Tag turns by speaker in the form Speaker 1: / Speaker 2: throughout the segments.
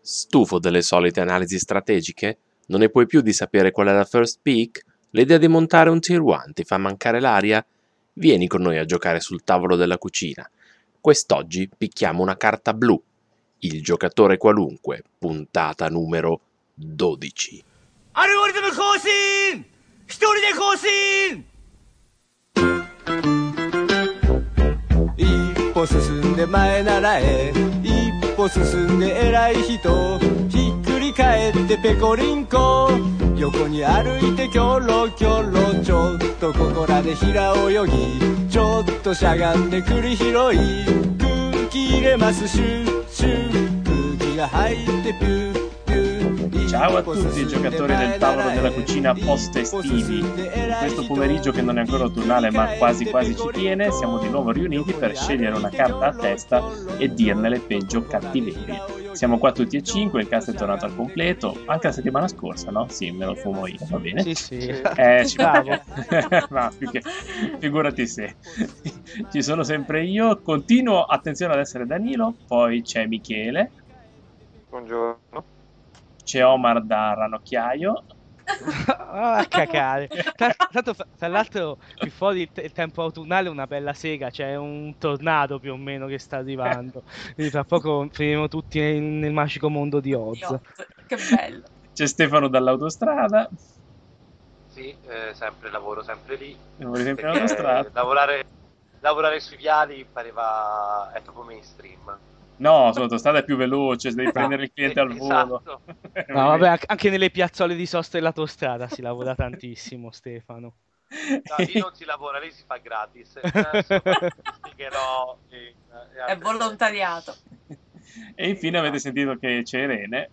Speaker 1: Stufo delle solite analisi strategiche? Non ne puoi più di sapere qual è la first pick? L'idea di montare un tier 1 ti fa mancare l'aria? Vieni con noi a giocare sul tavolo della cucina. Quest'oggi picchiamo una carta blu. Il giocatore qualunque, puntata numero 12.
Speaker 2: アルゴリズム更新一人で更新
Speaker 3: 一歩進んで前ならえ一歩進んで偉い人ひっくり返ってペコリンコ横に歩いてキョロキョロちょっとここらで平泳ぎちょっとしゃがんで栗拾い空気入れますシュッシュ空気が入ってピュッピュッ
Speaker 4: Ciao a tutti giocatori del tavolo della cucina post estivi. In questo pomeriggio che non è ancora autunnale ma quasi quasi ci tiene, siamo di nuovo riuniti per scegliere una carta a testa e dirne le peggio cattiverie. Siamo qua tutti e cinque, il cast è tornato al completo, anche la settimana scorsa, no? Sì, me lo fumo io, va bene.
Speaker 5: Sì, sì.
Speaker 4: Eh, ci
Speaker 5: Bravo.
Speaker 4: Ma più che- figurati se. Ci sono sempre io, continuo, attenzione ad essere Danilo, poi c'è Michele,
Speaker 6: Buongiorno.
Speaker 4: c'è Omar da Ranocchiaio,
Speaker 5: Ah, a cacare. Tra, tanto fra- tra l'altro, qui fuori il, te- il tempo autunnale è una bella sega, c'è un tornado più o meno che sta arrivando. Quindi tra poco finiremo tutti nel, nel magico mondo di Oz.
Speaker 7: Che bello.
Speaker 4: c'è Stefano dall'autostrada,
Speaker 6: Sì, eh, sempre lavoro sempre lì.
Speaker 4: Lavori sempre
Speaker 6: perché eh,
Speaker 4: all'autostrada.
Speaker 6: Lavorare, lavorare sui viali pareva è proprio mainstream.
Speaker 4: No, sull'autostrada è più veloce, devi prendere il cliente al
Speaker 6: Esatto.
Speaker 4: volo.
Speaker 5: No, vabbè, anche- anche nelle piazzole di sosta dell'autostrada si lavora tantissimo, Stefano.
Speaker 6: No, lì non si lavora, lì si fa gratis. Adesso vi spiegherò in- in
Speaker 7: È
Speaker 4: eh,
Speaker 6: altre-
Speaker 7: volontariato.
Speaker 4: e infine avete sentito che c'è Irene.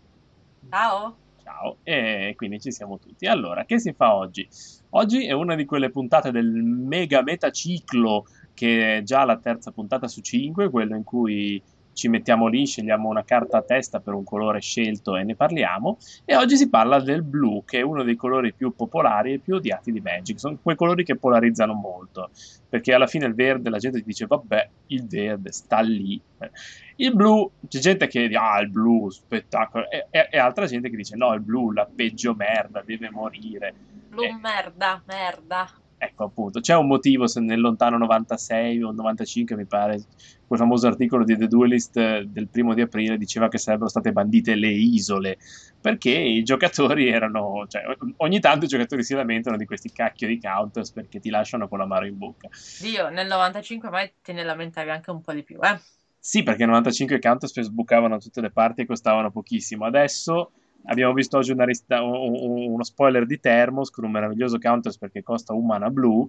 Speaker 7: Ciao.
Speaker 4: Ciao, e quindi ci siamo tutti. Allora, che si fa oggi? Oggi è una di quelle puntate del mega metaciclo che è già la terza puntata su 5, quello in cui ci mettiamo lì, scegliamo una carta a testa per un colore scelto e ne parliamo. E oggi si parla del blu, che è uno dei colori più popolari e più odiati di Magic. Sono quei colori che polarizzano molto, perché alla fine il verde la gente ti dice vabbè, il verde sta lì. eh, Il blu, c'è gente che dice ah il blu, spettacolo, e, e- e altra gente che dice no, il blu, la peggio merda, deve morire.
Speaker 7: Blu
Speaker 4: Eh.
Speaker 7: merda, merda.
Speaker 4: Ecco appunto, c'è un motivo se nel lontano 96 o 95 mi pare, quel famoso articolo di The Duelist eh, del primo di aprile diceva che sarebbero state bandite le isole, perché i giocatori erano, cioè o- ogni tanto i giocatori si lamentano di questi cacchio di counters perché ti lasciano con la mano in bocca.
Speaker 7: Dio, nel 95 mai te ne lamentavi anche un po' di più, eh.
Speaker 4: Sì, perché 95 counters sbucavano da tutte le parti e costavano pochissimo. Adesso abbiamo visto oggi una rista- u- u- uno spoiler di Thermos con un meraviglioso counters perché costa un mana blu,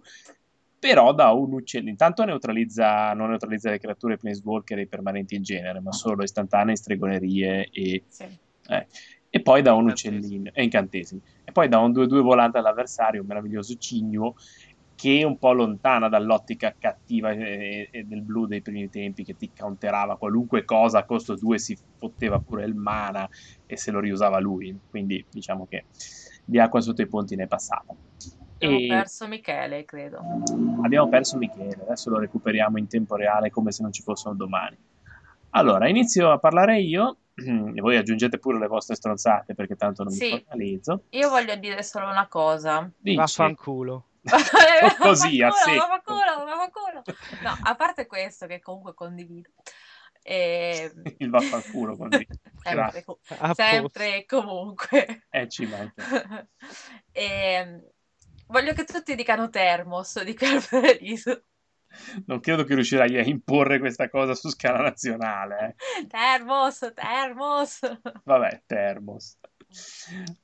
Speaker 4: però da un uccello. Intanto neutralizza, non neutralizza le creature planeswalker e i permanenti in genere, ma solo istantanee, stregonerie e,
Speaker 7: Sì.
Speaker 4: eh. E poi da un
Speaker 6: Incantesimi.
Speaker 4: uccellino, e incantesimi. E poi da un 2-2 volante all'avversario, un meraviglioso cigno che è un po' lontana dall'ottica cattiva e, e del blu dei primi tempi che ti counterava qualunque cosa a costo 2 si fotteva pure il mana e se lo riusava lui quindi diciamo che di acqua sotto i ponti ne è passata
Speaker 7: Abbiamo
Speaker 4: E-
Speaker 7: perso Michele, credo.
Speaker 4: Abbiamo perso Michele, adesso lo recuperiamo in tempo reale come se non ci fossero domani. Allora, inizio a parlare io e voi aggiungete pure le vostre stronzate perché tanto non
Speaker 7: Sì.
Speaker 4: mi focalizzo.
Speaker 7: Io voglio dire solo una cosa.
Speaker 4: Dici,
Speaker 5: Vaffanculo.
Speaker 4: Così, a
Speaker 7: Vaffanculo,
Speaker 4: secco.
Speaker 7: vaffanculo, vaffanculo. No, a parte questo che comunque condivido. E...
Speaker 4: Il vaffanculo condivido.
Speaker 7: sempre,
Speaker 4: Grazie.
Speaker 7: com-
Speaker 5: A
Speaker 7: sempre e comunque.
Speaker 4: eh, ci manca.
Speaker 7: Ehm, voglio che tutti dicano termos di Carverito.
Speaker 4: Non credo che riuscirai a imporre questa cosa su scala nazionale. eh.
Speaker 7: Termos, termos.
Speaker 4: Cioè, Vabbè, Termos.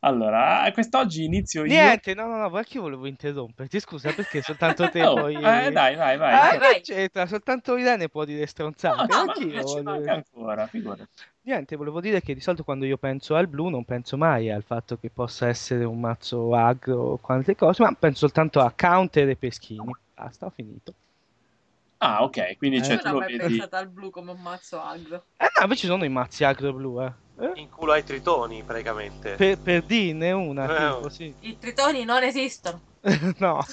Speaker 4: Allora, quest'oggi inizio io.
Speaker 5: Niente, no, no, no, perché io volevo interromperti. Scusa, perché soltanto te
Speaker 4: Oh,
Speaker 5: poi.
Speaker 4: eh, dai, vai, vai.
Speaker 5: Ah,
Speaker 7: vai, vai.
Speaker 5: che c'entra? soltanto Irene può dire
Speaker 4: No,
Speaker 5: stronzate.
Speaker 4: ci manca- ci
Speaker 5: anch'io voglio
Speaker 4: manca
Speaker 5: dire.
Speaker 4: ancora, figurati.
Speaker 5: Niente, volevo dire che di solito quando io penso al blu non penso mai al fatto che possa essere un mazzo agro o quante cose, ma penso soltanto a counter e peschini. Basta, ho finito.
Speaker 4: Ah, ok, quindi
Speaker 5: Eh.
Speaker 4: cioè,
Speaker 7: Io
Speaker 4: tu
Speaker 7: non ho
Speaker 4: lo
Speaker 7: mai
Speaker 4: vedi.
Speaker 7: pensato al blu come un mazzo agro.
Speaker 5: Eh no, invece sono i mazzi agro blu, eh. Eh,
Speaker 6: In culo ai tritoni, praticamente.
Speaker 5: Per, per dirne una,
Speaker 6: Eh,
Speaker 5: tipo, sì.
Speaker 7: I tritoni non esistono.
Speaker 5: no,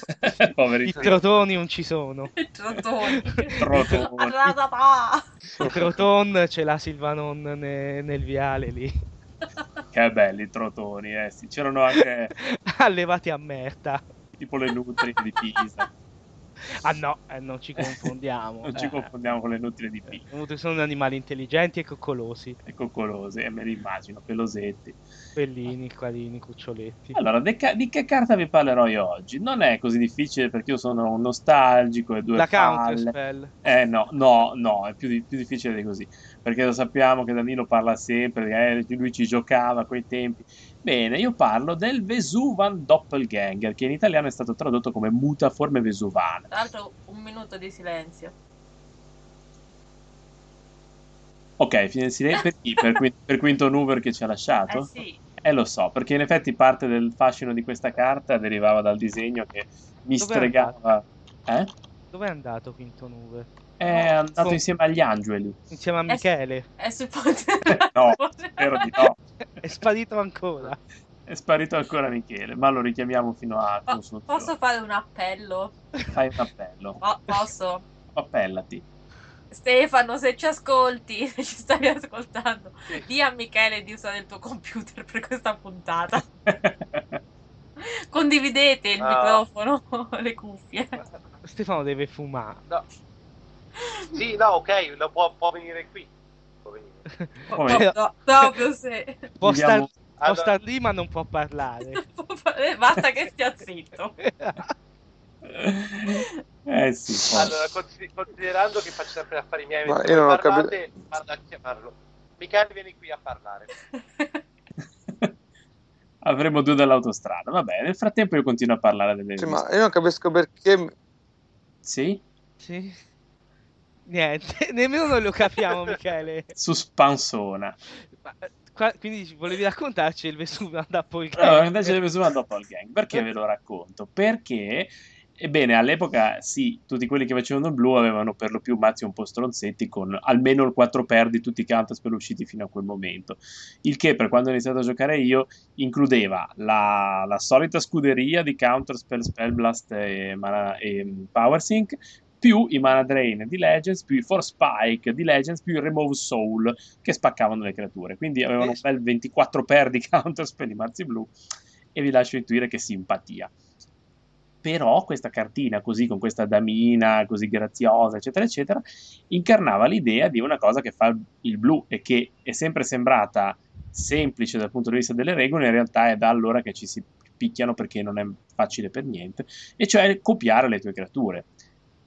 Speaker 5: i
Speaker 4: Poveri
Speaker 5: trotoni non ci sono.
Speaker 7: I trotoni.
Speaker 4: Trotoni.
Speaker 7: Arrasata!
Speaker 5: I troton c'è la Silvanon ne- nel viale lì.
Speaker 4: Che belli i trotoni, eh. sì. C'erano anche
Speaker 5: Allevati a merda.
Speaker 4: tipo le nutrie di Pisa.
Speaker 5: Ah no, eh, non ci confondiamo.
Speaker 4: Non ci
Speaker 5: eh.
Speaker 4: confondiamo con le nutrie di Pisa.
Speaker 5: I nutri sono animali intelligenti e coccolosi,
Speaker 4: E coccolose, eh, me li immagino, pelosetti.
Speaker 5: pellini, quadrini, cuccioletti.
Speaker 4: Allora, de ca- di che carta vi parlerò io oggi? Non è così difficile perché io sono un nostalgico e due
Speaker 5: La counter
Speaker 4: palle.
Speaker 5: spell.
Speaker 4: Eh no, no, no, è più, di- più difficile di così, perché lo sappiamo che Danilo parla sempre, eh, lui ci giocava a quei tempi. Bene, io parlo del Vesuvan Doppelganger, che in italiano è stato tradotto come mutaforme vesuvane.
Speaker 7: Tra l'altro un minuto di silenzio.
Speaker 4: Ok, fine del silenzio per chi? Per, Quin- per Quinto Nuver che ci ha lasciato?
Speaker 7: Eh sì,
Speaker 4: Eh lo so, perché in effetti parte del fascino di questa carta derivava dal disegno che mi
Speaker 5: Dov'è
Speaker 4: stregava. Eh?
Speaker 5: Dov'è andato Quinto Nuve?
Speaker 4: È andato
Speaker 5: Fu-
Speaker 4: insieme agli angeli.
Speaker 5: Insieme a Michele.
Speaker 7: è sul ponte.
Speaker 4: No, spero di no.
Speaker 5: È sparito ancora.
Speaker 4: È sparito ancora Michele, ma lo richiamiamo fino a
Speaker 7: Po-
Speaker 4: consultazione.
Speaker 7: Posso fare un appello?
Speaker 4: Fai un appello,
Speaker 7: Po- posso?
Speaker 4: appellati.
Speaker 7: Stefano, se ci ascolti, se ci stavi ascoltando, di a Michele di usare il tuo computer per questa puntata. Condividete il
Speaker 4: Ah.
Speaker 6: No.
Speaker 7: microfono, le cuffie.
Speaker 5: Stefano deve fumare.
Speaker 6: Sì, no, ok, lo può, può venire qui. Può venire.
Speaker 4: Come?
Speaker 7: No, no, proprio se...
Speaker 5: Eh, Può,
Speaker 4: Gli diamo-
Speaker 5: star, può
Speaker 6: Allora-
Speaker 5: star lì ma non può parlare.
Speaker 7: Eh, Basta che stia zitto.
Speaker 4: Eh sì, poi.
Speaker 6: Allora, consi- considerando che faccio sempre affari miei,
Speaker 8: Ma
Speaker 6: mentre
Speaker 8: io
Speaker 6: voi
Speaker 8: non ho
Speaker 6: parlate, parla a chiamarlo. Michele, vieni qui a parlare.
Speaker 4: avremo due dall'autostrada. Vabbè, nel frattempo io continuo a parlare delle
Speaker 8: Sì,
Speaker 4: sì,
Speaker 8: ma io non capisco perché
Speaker 4: sì?
Speaker 5: Sì. Niente, nemmeno noi lo capiamo Michele.
Speaker 4: Suspansona.
Speaker 5: Ma, eh, qua- quindi ci- volevi raccontarci il Vesuvio da poi
Speaker 4: Allora, invece
Speaker 5: eh.
Speaker 4: deve subire dopo al gang. Perché ve lo racconto? Perché, ebbene, all'epoca sì, tutti quelli che facevano il blu avevano per lo più mazzi un po' stronzetti con almeno il 4 per di tutti i counterspell usciti fino a quel momento. Il che, per quando ho iniziato a giocare io, includeva la, la solita scuderia di counterspell, spellblast e, mana, e mm, power sync più i mana drain di Legends, più i force spike di Legends, più il remove soul che spaccavano le creature. Quindi avevano un bel 24 per di counterspell di Marzi Blu e vi lascio intuire che simpatia. Però questa cartina così, con questa damina così graziosa, eccetera, eccetera, incarnava l'idea di una cosa che fa il blu e che è sempre sembrata semplice dal punto di vista delle regole, in realtà è da allora che ci si picchiano perché non è facile per niente, e cioè copiare le tue creature.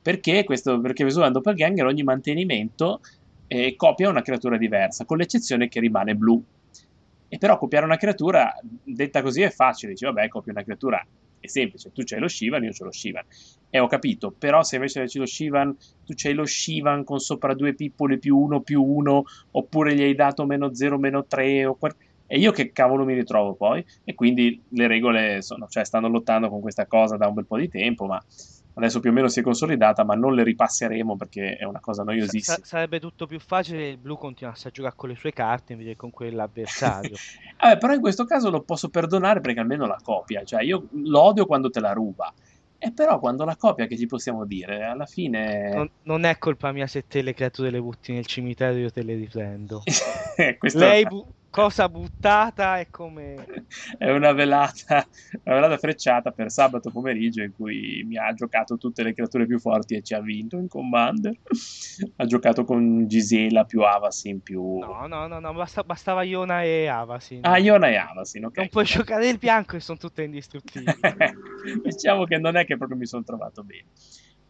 Speaker 4: Perché questo? Perché Vesuvan Doppelganger ogni mantenimento eh, copia una creatura diversa, con l'eccezione che rimane blu. E però copiare una creatura, detta così, è facile. Dici, vabbè, copio una creatura, è semplice. Tu c'hai lo Shivan, io c'ho lo Shivan. E ho capito, però se invece c'è lo Shivan, tu c'hai lo Shivan con sopra due pippole più uno più uno, oppure gli hai dato meno 0, meno 3, o qual- e io che cavolo mi ritrovo poi? E quindi le regole sono, cioè, stanno lottando con questa cosa da un bel po' di tempo, ma adesso più o meno si è consolidata, ma non le ripasseremo perché è una cosa noiosissima.
Speaker 5: Sa- sarebbe tutto più facile se il blu continuasse a giocare con le sue carte invece che con quell'avversario.
Speaker 4: Vabbè, però in questo caso lo posso perdonare perché almeno la copia, cioè io lo odio quando te la ruba. E però quando la copia che ci possiamo dire? Alla fine
Speaker 5: Non, non è colpa mia se te le creature le butti nel cimitero io te le riprendo.
Speaker 4: Questo
Speaker 5: Lei bu- cosa buttata è come...
Speaker 4: è una velata, una velata frecciata per sabato pomeriggio in cui mi ha giocato tutte le creature più forti e ci ha vinto in Commander. ha giocato con Gisela più Avasin più...
Speaker 5: No, no, no, no basta- bastava Iona e Avasin.
Speaker 4: Ah, Iona e Avasin, ok.
Speaker 5: Non puoi giocare il bianco e sono tutte indistruttibili.
Speaker 4: diciamo che non è che proprio mi sono trovato bene.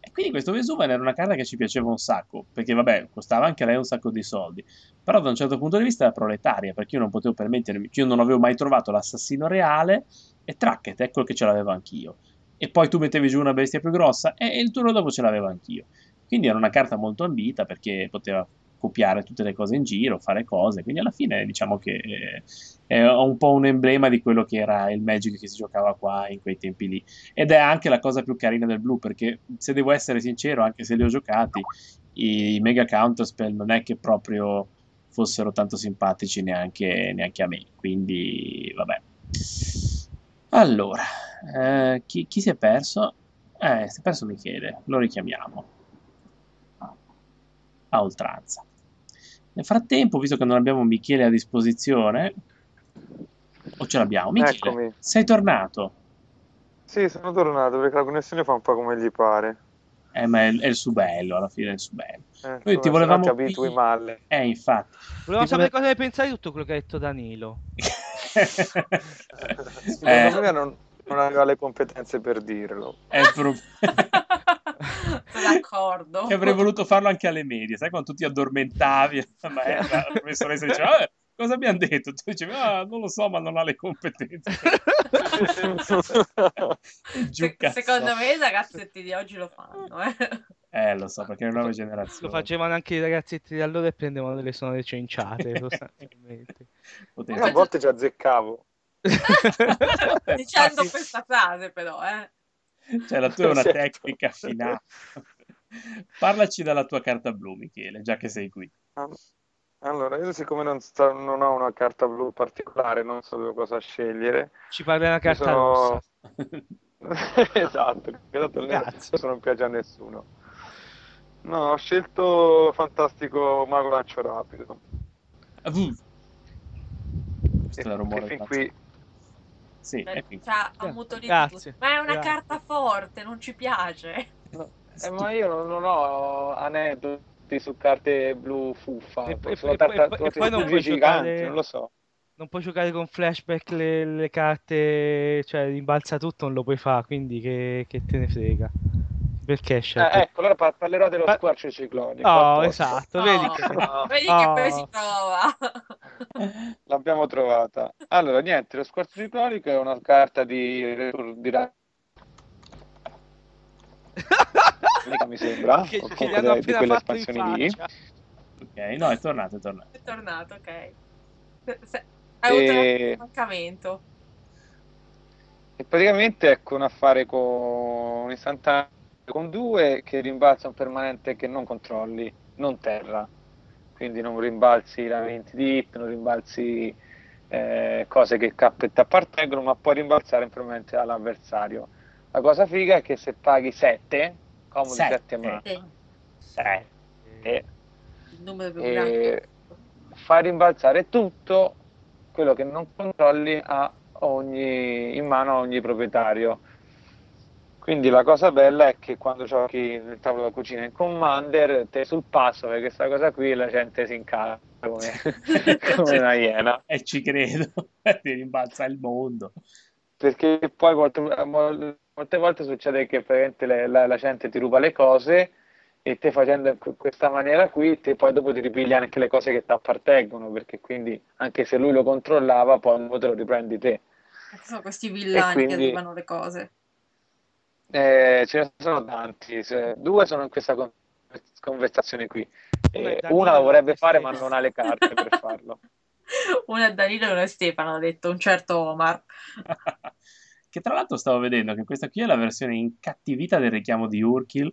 Speaker 4: E quindi questo Vesuvan era una carta che ci piaceva un sacco, perché vabbè, costava anche lei un sacco di soldi, però da un certo punto di vista era proletaria, perché io non potevo permettermi, io non avevo mai trovato l'assassino reale e Tracket, ecco che ce l'avevo anch'io. E poi tu mettevi giù una bestia più grossa e e il turno dopo ce l'avevo anch'io. Quindi era una carta molto ambita perché poteva copiare tutte le cose in giro, fare cose, quindi alla fine diciamo che eh, è un po' un emblema di quello che era il Magic che si giocava qua in quei tempi lì. Ed è anche la cosa più carina del blu, perché se devo essere sincero, anche se li ho giocati, i mega counterspell non è che proprio fossero tanto simpatici neanche, neanche a me. Quindi, vabbè. Allora, eh, chi, chi si è perso? Eh, si è perso Michele, lo richiamiamo. A oltranza. Nel frattempo, visto che non abbiamo Michele a disposizione, O ce l'abbiamo? Michele,
Speaker 8: Eccomi.
Speaker 4: sei tornato.
Speaker 8: Sì, sono tornato perché la connessione fa un po' come gli pare.
Speaker 4: Eh, ma è, è il suo bello, alla fine è il suo bello.
Speaker 8: Eh,
Speaker 4: Noi ti volevamo
Speaker 8: Ti abitui
Speaker 4: qui-
Speaker 8: male.
Speaker 4: Eh, infatti.
Speaker 5: Volevamo
Speaker 4: Ti vole-
Speaker 5: sapere cosa ne pensavi di tutto quello che ha detto Danilo.
Speaker 4: Eh,
Speaker 8: Secondo me non, non aveva le competenze per dirlo.
Speaker 4: è pro-
Speaker 7: Sono d'accordo.
Speaker 4: Che avrei voluto farlo anche alle medie, sai quando tu ti addormentavi, ma eh, la professoressa diceva, "Ah, cosa abbiamo detto? Tu dicevi, ah, non lo so, ma non ha le competenze. Giù
Speaker 7: Se-
Speaker 4: cazzo.
Speaker 7: secondo me i ragazzetti di oggi lo fanno. Eh.
Speaker 4: Eh, lo so, perché è una nuova
Speaker 5: Lo
Speaker 4: generazione.
Speaker 5: facevano anche i ragazzetti di allora e prendevano delle sonore cinciate, sostanzialmente.
Speaker 8: Io a
Speaker 4: Potete-
Speaker 8: volte ci azzeccavo.
Speaker 7: Dicendo
Speaker 4: Ah, sì.
Speaker 7: questa frase però, eh.
Speaker 4: Cioè, la tua è una
Speaker 8: Certo.
Speaker 4: tecnica finale. Parlaci della tua carta blu, Michele, già che sei qui.
Speaker 8: Allora, io siccome non, sta- non ho una carta blu particolare, non sapevo cosa scegliere.
Speaker 5: Ci parla una carta
Speaker 8: Sono-
Speaker 5: rossa.
Speaker 8: esatto, perché tanto il
Speaker 5: Cazzo.
Speaker 8: rosso non piace a nessuno. No, ho scelto Fantastico Mago Lancio Rapido.
Speaker 4: Avu. Questo è il
Speaker 8: E
Speaker 4: rumore.
Speaker 8: fin
Speaker 4: pazzo.
Speaker 8: qui
Speaker 4: Eh, Sì, è fin
Speaker 7: Cioè, Ci
Speaker 4: qui.
Speaker 7: ha ammutolito
Speaker 5: Grazie.
Speaker 7: tutti. Ma è una
Speaker 5: Grazie.
Speaker 7: carta forte, non ci piace.
Speaker 9: Eh, ma io non, non ho aneddoti su carte blu fuffa,
Speaker 5: E- e-
Speaker 9: sulla
Speaker 5: e-
Speaker 9: carta
Speaker 5: e- e- e poi non puoi
Speaker 9: giganti,
Speaker 5: giocare-
Speaker 9: non lo so.
Speaker 5: Non puoi giocare con flashback le, le carte, cioè rimbalza tutto, non lo puoi fare, quindi che, che te ne frega. Perché hai scelto?
Speaker 9: Eh, ecco, allora par- parlerò dello
Speaker 5: Ma-
Speaker 9: squarcio ciclonico. a
Speaker 5: oh,
Speaker 9: posto.
Speaker 5: esatto,
Speaker 7: No.
Speaker 5: vedi?
Speaker 8: Ah.
Speaker 7: Vedi
Speaker 5: Ah.
Speaker 7: che poi si trova.
Speaker 8: l'abbiamo
Speaker 9: L'abbiamo trovata. Allora, niente, lo squarcio ciclonico è una carta di... di ra- Mica mi sembra,
Speaker 5: Che- che
Speaker 9: o
Speaker 5: gli
Speaker 9: comunque
Speaker 5: hanno
Speaker 9: di- di
Speaker 5: appena
Speaker 9: quelle
Speaker 5: fatto in
Speaker 9: espansioni lì.
Speaker 5: faccia.
Speaker 4: Ok, no, è tornato, è tornato.
Speaker 7: È tornato, ok. Se- se- Hai avuto
Speaker 9: E-
Speaker 7: un mancamento.
Speaker 9: E praticamente ecco un affare con un istantaneo con due che rimbalza un permanente che non controlli, non terra. Quindi non rimbalzi la 20 di hit, non rimbalzi eh, cose che cap- ti appartengono, ma puoi rimbalzare un permanente all'avversario. La cosa figa è che se paghi 7, comodi
Speaker 4: Sette.
Speaker 9: 7 a mano,
Speaker 7: Sì,
Speaker 9: eh,
Speaker 7: il numero più grande.
Speaker 9: e fai rimbalzare tutto quello che non controlli a ogni- in mano a ogni proprietario. Quindi la cosa bella è che quando giochi nel tavolo da cucina in Commander, te sul passo perché questa cosa qui la gente si incala come, come una iena.
Speaker 4: E Eh, ci credo, ti rimbalza il mondo.
Speaker 9: Perché poi molte, mol- molte volte succede che praticamente le- la, la gente ti ruba le cose e te facendo in que- questa maniera qui, te poi dopo ti ripigli anche le cose che ti appartengono, perché quindi anche se lui lo controllava, poi dopo te lo riprendi te.
Speaker 7: Sono questi villani
Speaker 9: quindi-
Speaker 7: che rubano le cose.
Speaker 9: Eh, ce ne sono tanti, se- due sono in questa con- conversazione qui. Eh,
Speaker 5: Come Danilo
Speaker 9: una la vorrebbe fare, ma
Speaker 5: Stefano.
Speaker 9: non ha le carte per farlo.
Speaker 7: Una è Danilo e una è Stefano, ha detto un certo Omar.
Speaker 4: che tra l'altro stavo vedendo che questa qui è la versione incattivita del richiamo di Urkil,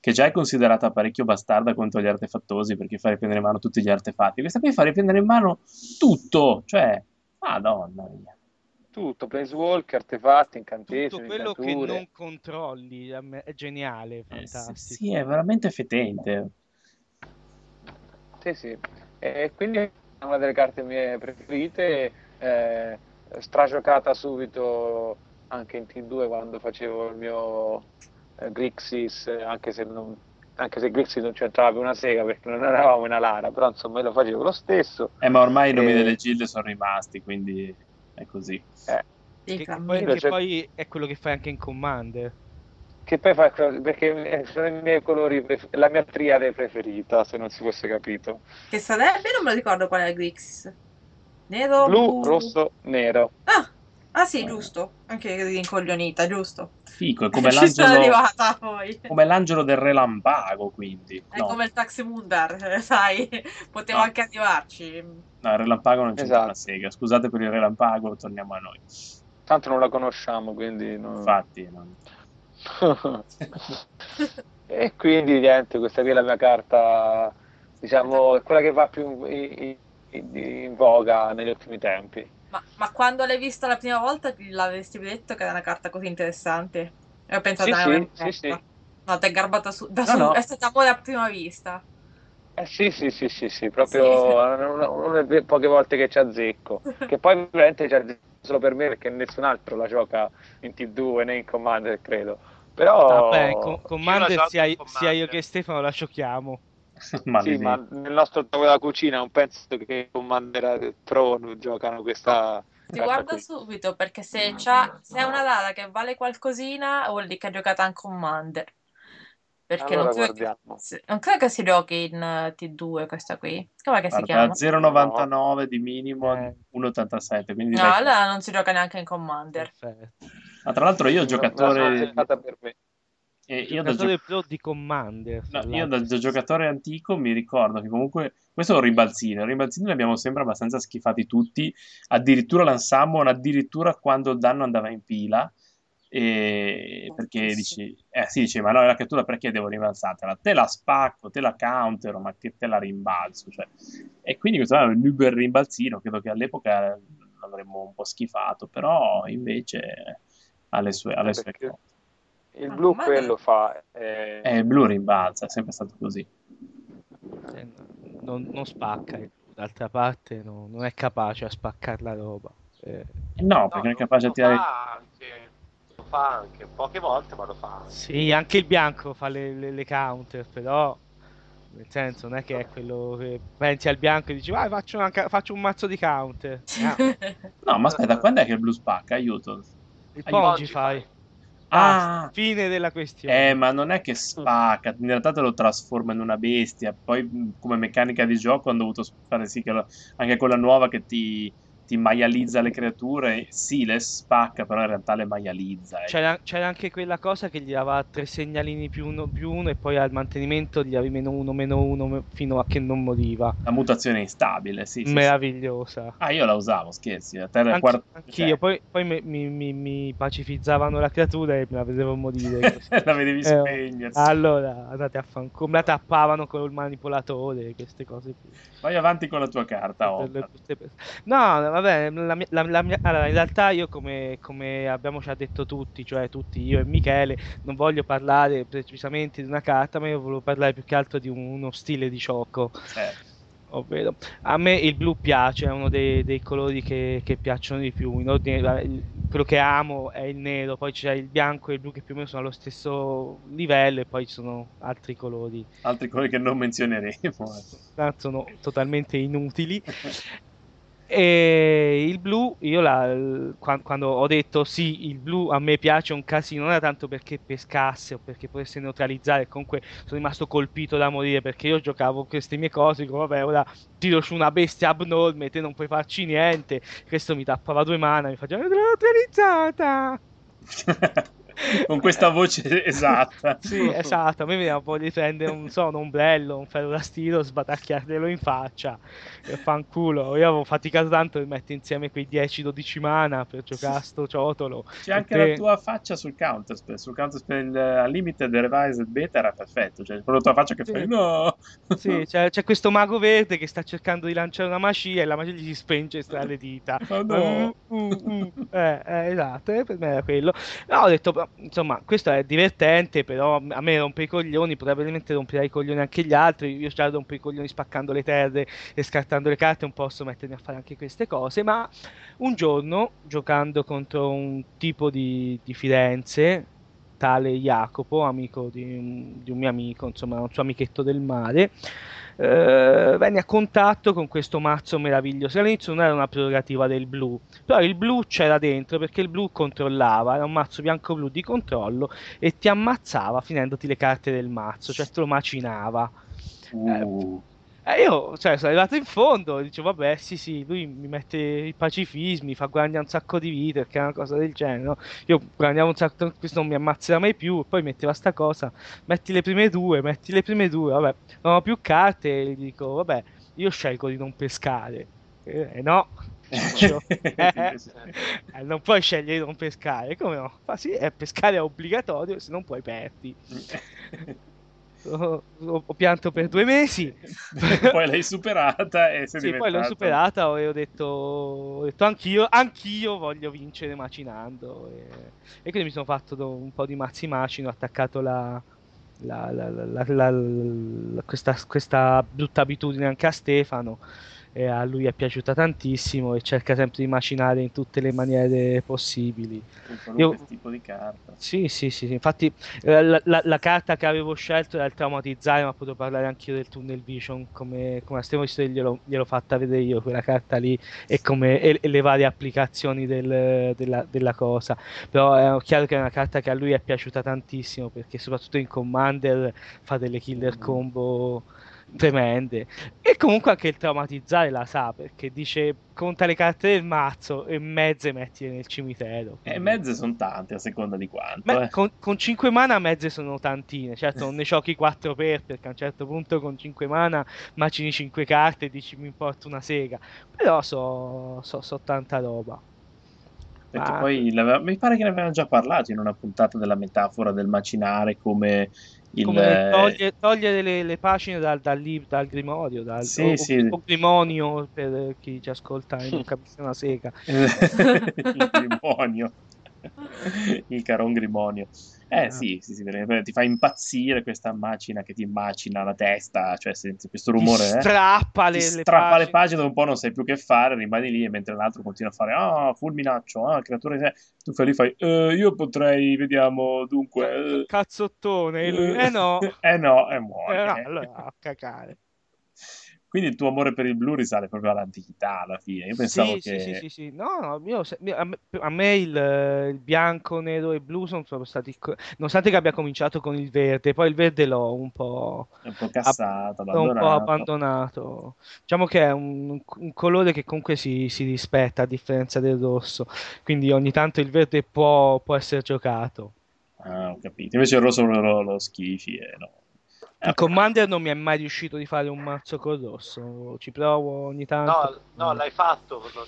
Speaker 4: che già è considerata parecchio bastarda contro gli artefattosi perché fa riprendere in mano tutti gli artefatti. Questa qui fa riprendere in mano tutto, cioè, madonna mia.
Speaker 9: Tutto, Walker,
Speaker 5: Tutto
Speaker 9: artefatti, incantesimi,
Speaker 5: quello che
Speaker 9: creature.
Speaker 5: non controlli a me- è geniale,
Speaker 4: Eh, sì,
Speaker 5: fantastico.
Speaker 4: sì, è veramente fetente.
Speaker 9: Sì, sì. E quindi è una delle carte mie preferite, eh, stragiocata subito anche in T2 quando facevo il mio eh, Grixis, eh, anche se, non, anche se Grixis non c'entrava più una sega perché non eravamo in Alara, però insomma io lo facevo lo stesso.
Speaker 4: Eh, ma ormai i nomi
Speaker 9: Eh.
Speaker 4: delle gilde sono rimasti, quindi è così.
Speaker 7: Sì,
Speaker 5: Che, che
Speaker 7: Clamino.
Speaker 5: poi,
Speaker 9: Quello,
Speaker 5: che
Speaker 9: cioè-
Speaker 5: poi è quello che fai anche in Commander.
Speaker 9: Che poi fa, perché sono i miei colori, pref- la mia triade preferita, se non si fosse capito.
Speaker 7: Che sarebbe? Non me lo ricordo qual è il Grix. Nero?
Speaker 4: Oh.
Speaker 9: Blu, rosso, nero.
Speaker 7: Ah, ah sì, giusto. Anche rincoglionita, giusto.
Speaker 4: Fico, è come
Speaker 7: Ci sono
Speaker 4: l'angelo,
Speaker 7: arrivata poi.
Speaker 4: come l'angelo del re Lambago, quindi.
Speaker 7: È
Speaker 4: No,
Speaker 7: come il Taxi Mundar, eh, sai, potevo
Speaker 4: No.
Speaker 7: anche arrivarci.
Speaker 4: no, il re Lampago non c'entra
Speaker 9: Esatto.
Speaker 4: una sega. Scusate per il re Lampago, torniamo a noi.
Speaker 9: Tanto non la conosciamo, quindi non...
Speaker 4: Infatti, non...
Speaker 9: e quindi niente, questa qui è la mia carta, diciamo, quella che va più in, in- in voga negli ultimi tempi.
Speaker 7: Ma, ma quando l'hai vista la prima volta l'avresti detto che era una carta così interessante? E ho pensato, dai,
Speaker 9: Sì, sì,
Speaker 7: ma è
Speaker 9: sì, sì.
Speaker 7: brutta. No, ti è garbata su, da
Speaker 9: No,
Speaker 7: su-
Speaker 9: no.
Speaker 7: è stata amore a prima vista.
Speaker 9: Eh sì, sì, sì, sì, sì, proprio
Speaker 7: Sì.
Speaker 9: una- una- una delle poche volte che ci azzecco, che poi veramente ci azzecco solo per me perché nessun altro la gioca in T2 né in Commander, credo. Però
Speaker 5: Vabbè, con- Commander,
Speaker 6: Io la gioco
Speaker 5: sia,
Speaker 6: in
Speaker 5: sia io
Speaker 6: Commander.
Speaker 5: che Stefano la giochiamo.
Speaker 9: sì,
Speaker 4: Maledetto.
Speaker 9: ma nel nostro tavolo da cucina non penso che Commander Pro non giocano questa
Speaker 7: Ti
Speaker 9: carta
Speaker 7: guardo
Speaker 9: qui.
Speaker 7: subito perché se, c'ha, se è una data che vale qualcosina vuol dire che ha giocato anche Commander. Perché
Speaker 9: Allora
Speaker 7: non, credo che,
Speaker 9: guardiamo.
Speaker 7: se- non credo che si giochi in eh, T2 questa qui. Com'è che si
Speaker 4: Guarda,
Speaker 7: chiama?
Speaker 4: 0,99 di minimo,
Speaker 5: Eh.
Speaker 4: 1,87. Quindi
Speaker 7: No,
Speaker 4: direi che-
Speaker 7: allora non si gioca neanche in Commander.
Speaker 5: Perfetto.
Speaker 4: Ma tra l'altro io
Speaker 9: Una
Speaker 4: giocatore...
Speaker 9: giornata per me.
Speaker 4: eh, io da
Speaker 5: Giocatore
Speaker 4: gio-
Speaker 5: pro di Commander.
Speaker 4: No,
Speaker 5: tra
Speaker 4: io da
Speaker 5: l'altro.
Speaker 4: da giocatore antico mi ricordo che comunque questo è un ribalzino. Il ribalzino li abbiamo sempre abbastanza schifati tutti. Addirittura l'ansammon, addirittura quando il danno andava in pila. E perché dici, eh sì, dice, ma no, è la cattura perché devo rimbalzartela? Te la spacco, te la countero, ma che te la rimbalzo? Cioè, e quindi questo era un uber rimbalzino. Credo che all'epoca l'avremmo un po' schifato,
Speaker 6: Mm.
Speaker 4: però invece ha le sue, ha
Speaker 6: Eh,
Speaker 4: le sue
Speaker 9: Perché-
Speaker 4: cose.
Speaker 9: Il
Speaker 7: Ah,
Speaker 9: blu
Speaker 7: ma-
Speaker 9: quello fa. eh,
Speaker 4: Eh, blu rimbalza, è sempre stato così.
Speaker 5: Eh, no, non, non spacca, eh. d'altra parte no- non è capace a spaccare la roba. Eh,
Speaker 4: No,
Speaker 6: No,
Speaker 4: perché non è
Speaker 6: lo-
Speaker 4: capace
Speaker 6: lo
Speaker 4: di tirare.
Speaker 6: fa anche, lo fa anche, poche volte, ma lo fa anche.
Speaker 5: sì, anche il bianco fa le, le- le counter, però nel senso non è che è quello che pensi al bianco e dici vai faccio, una ca- faccio un mazzo di counter. Ah,
Speaker 4: No, ma aspetta, quando è che il blu spacca? Aiuto.
Speaker 5: il
Speaker 4: Aiuto.
Speaker 5: Pongi
Speaker 6: Poggi
Speaker 5: fai.
Speaker 6: fai.
Speaker 5: Basta,
Speaker 4: Ah!
Speaker 5: fine della questione.
Speaker 4: Eh, ma non è che spacca, in realtà te lo trasforma in una bestia. Poi, mh, come meccanica di gioco, hanno dovuto fare sì che lo- anche quella nuova che ti, ti maializza le creature, sì, le spacca, però in realtà le maializza. eh.
Speaker 5: C'era, c'era anche quella cosa che gli dava tre segnalini più uno più uno e poi al mantenimento gli davi meno uno meno uno me- fino a che non moriva.
Speaker 4: La mutazione è instabile, sì, sì, sì.
Speaker 5: Meravigliosa.
Speaker 4: Ah, io la usavo, scherzi. La terra è
Speaker 5: Anch-
Speaker 4: quarta.
Speaker 5: anch'io, poi, poi mi, mi- mi- mi pacifizzavano la creatura e me la vedevo morire. così.
Speaker 4: cioè, la vedevi
Speaker 5: Eh, oh.
Speaker 4: spegnersi.
Speaker 5: allora andate a fanculo, me la tappavano col manipolatore, queste cose qui.
Speaker 4: Vai avanti con la tua carta,
Speaker 5: Per eh, le-
Speaker 4: Otta.
Speaker 5: queste pe- No, vabbè, la mia- la- la mia- allora, in realtà io come, come abbiamo già detto tutti, cioè tutti io e Michele, non voglio parlare precisamente di una carta, ma io volevo parlare più che altro di uno stile di gioco.
Speaker 4: Certo.
Speaker 5: Ovvero, a me il blu piace, è uno dei, dei colori che, che piacciono di più. In ordine, la- il- quello che amo è il nero, poi c'è il bianco e il blu che più o meno sono allo stesso livello, e poi ci sono altri colori
Speaker 4: Altri colori che non menzioneremo. eh.
Speaker 5: tanto sono totalmente inutili. E il blu, io la- quan- quando ho detto sì, il blu a me piace un casino, non era tanto perché pescasse o perché potesse neutralizzare, comunque sono rimasto colpito da morire perché io giocavo queste mie cose, dico vabbè ora tiro su una bestia abnorme, te non puoi farci niente, questo mi tappava due mani, mi faceva "L'ho neutralizzata!
Speaker 4: eh. con questa voce esatta.
Speaker 5: Sì, esatto, a me veniva voglia di prendere un, so, un ombrello, un ferro da stiro, sbatacchiarglielo in faccia e fanculo. Io avevo faticato tanto per mettere insieme quei 10-12 mana per giocare a sto ciotolo.
Speaker 4: C'è anche
Speaker 5: Te-
Speaker 4: la tua faccia sul counterspell. Sul counterspell eh, limited revised beta era perfetto. Cioè, con la tua faccia che
Speaker 5: Sì.
Speaker 4: fai, no,
Speaker 5: Sì, c'è, c'è questo mago verde che sta cercando di lanciare una magia e la magia gli si spenge tra le dita.
Speaker 4: Ma "Oh, no.
Speaker 5: Mm, mm, mm. Eh, eh, esatto, eh, per me era quello. No, ho detto, "Beh, insomma, questo è divertente, però a me rompe i coglioni, probabilmente romperà i coglioni anche gli altri. Io già rompo i coglioni spaccando le terre e scartando le carte, non posso mettermi a fare anche queste cose, ma un giorno, giocando contro un tipo di, di Firenze, tale Jacopo, amico di un, di un mio amico, insomma un suo amichetto del mare, eh, venne a contatto con questo mazzo meraviglioso. All'inizio non era una prerogativa del blu, però il blu c'era dentro perché il blu controllava, era un mazzo bianco-blu di controllo e ti ammazzava finendoti le carte del mazzo, cioè te lo macinava.
Speaker 4: Uh,
Speaker 5: E io, cioè, sono arrivato in fondo e dicevo, vabbè, sì, sì, lui mi mette i pacifismi, fa guadagnare un sacco di vite, perché è una cosa del genere, no? Io guadagnavo un sacco, questo non mi ammazzerà mai più, poi metteva sta cosa, metti le prime due, metti le prime due, vabbè, non ho più carte, e gli dico, vabbè, io scelgo di non pescare. E eh, no, ciccio. Eh, eh, non puoi scegliere di non pescare, come no? Fa sì, eh, pescare è obbligatorio, se non puoi perdi. Ho, ho- ho pianto per due mesi.
Speaker 4: poi l'hai superata e sei
Speaker 5: Sì, poi l'ho
Speaker 4: diventato-
Speaker 5: superata e ho detto, ho detto anch'io, anch'io voglio vincere macinando. E, e quindi mi sono fatto do- un po' di mazzi macino, ho attaccato la, la- la- la- la- la- la- questa, questa brutta abitudine anche a Stefano. e a lui è piaciuta tantissimo e cerca sempre di macinare in tutte le maniere possibili.
Speaker 4: in qualunque
Speaker 5: Io- Mm.
Speaker 4: tipo di carta.
Speaker 5: Sì, sì, sì, sì. infatti eh, la, la- la carta che avevo scelto era il traumatizzare, ma potevo parlare anch'io del tunnel vision, come, come a Stemo Story gliel'ho, gliel'ho fatta vedere io quella carta lì e, come, e- e le varie applicazioni del- della, della cosa. Però è chiaro che è una carta che a lui è piaciuta tantissimo, perché soprattutto in Commander fa delle
Speaker 4: Mm.
Speaker 5: killer combo tremende. E comunque anche il traumatizzare la sa, perché dice conta le carte del mazzo e mezze mettile nel cimitero.
Speaker 4: E
Speaker 5: Quindi-
Speaker 4: Eh, mezze sono tante a seconda di quanto.
Speaker 5: Beh,
Speaker 4: eh.
Speaker 5: con, 5 mana mezze sono tantine, certo non ne giochi 4 per perché a un certo punto con 5 mana macini 5 carte e dici mi importa una sega, però so, so, so tanta roba.
Speaker 4: Perché
Speaker 5: ma-
Speaker 4: poi l'aveva- mi pare che ne avevamo già parlato in una puntata della metafora del macinare come il.
Speaker 5: Come
Speaker 4: eh,
Speaker 5: toglie- togliere le, le pagine dal, dal, lib- dal grimorio, dal,
Speaker 4: Sì,
Speaker 5: o, o-
Speaker 4: sì.
Speaker 5: o grimonio per chi ci ascolta e non capisce una sega.
Speaker 4: eh, il grimonio il caron grimonio eh
Speaker 5: Ah.
Speaker 4: sì, sì, sì, perché ti fa impazzire questa macina che ti macina la testa cioè senti questo rumore
Speaker 5: Ti
Speaker 4: eh?
Speaker 5: strappa le,
Speaker 4: ti
Speaker 5: le
Speaker 4: strappa le
Speaker 5: pagine.
Speaker 4: pagine dopo un po' non sai più che fare rimani lì e mentre l'altro continua a fare ah fulminaccio ah creatore tu fai lì fai "Eh, io potrei vediamo dunque
Speaker 5: Ca-
Speaker 4: eh,
Speaker 5: Cazzottone, e lui, eh no,
Speaker 4: eh no e
Speaker 5: Eh
Speaker 4: muore
Speaker 5: no, allora a cacare.
Speaker 4: quindi il tuo amore per il blu risale proprio all'antichità alla fine io pensavo
Speaker 5: Sì,
Speaker 4: che
Speaker 5: sì, sì, sì, sì. No, no, io se- mi- a me, a me il, eh, il bianco, nero e blu sono proprio stati... co- Nonostante che abbia cominciato con il verde, poi il verde l'ho un po'...
Speaker 4: è un po'
Speaker 5: ab-
Speaker 4: cassato
Speaker 5: l'ho un
Speaker 4: abbandonato
Speaker 5: po' abbandonato. Diciamo che è un, un colore che comunque si, si rispetta a differenza del rosso, quindi ogni tanto il verde può, può essere giocato.
Speaker 4: Ah, ho capito. Invece il rosso lo, lo schifi e no. Eh,
Speaker 5: Il Commander non mi è mai riuscito di fare un mazzo col rosso, ci provo ogni tanto.
Speaker 6: No, no, l'hai fatto. non-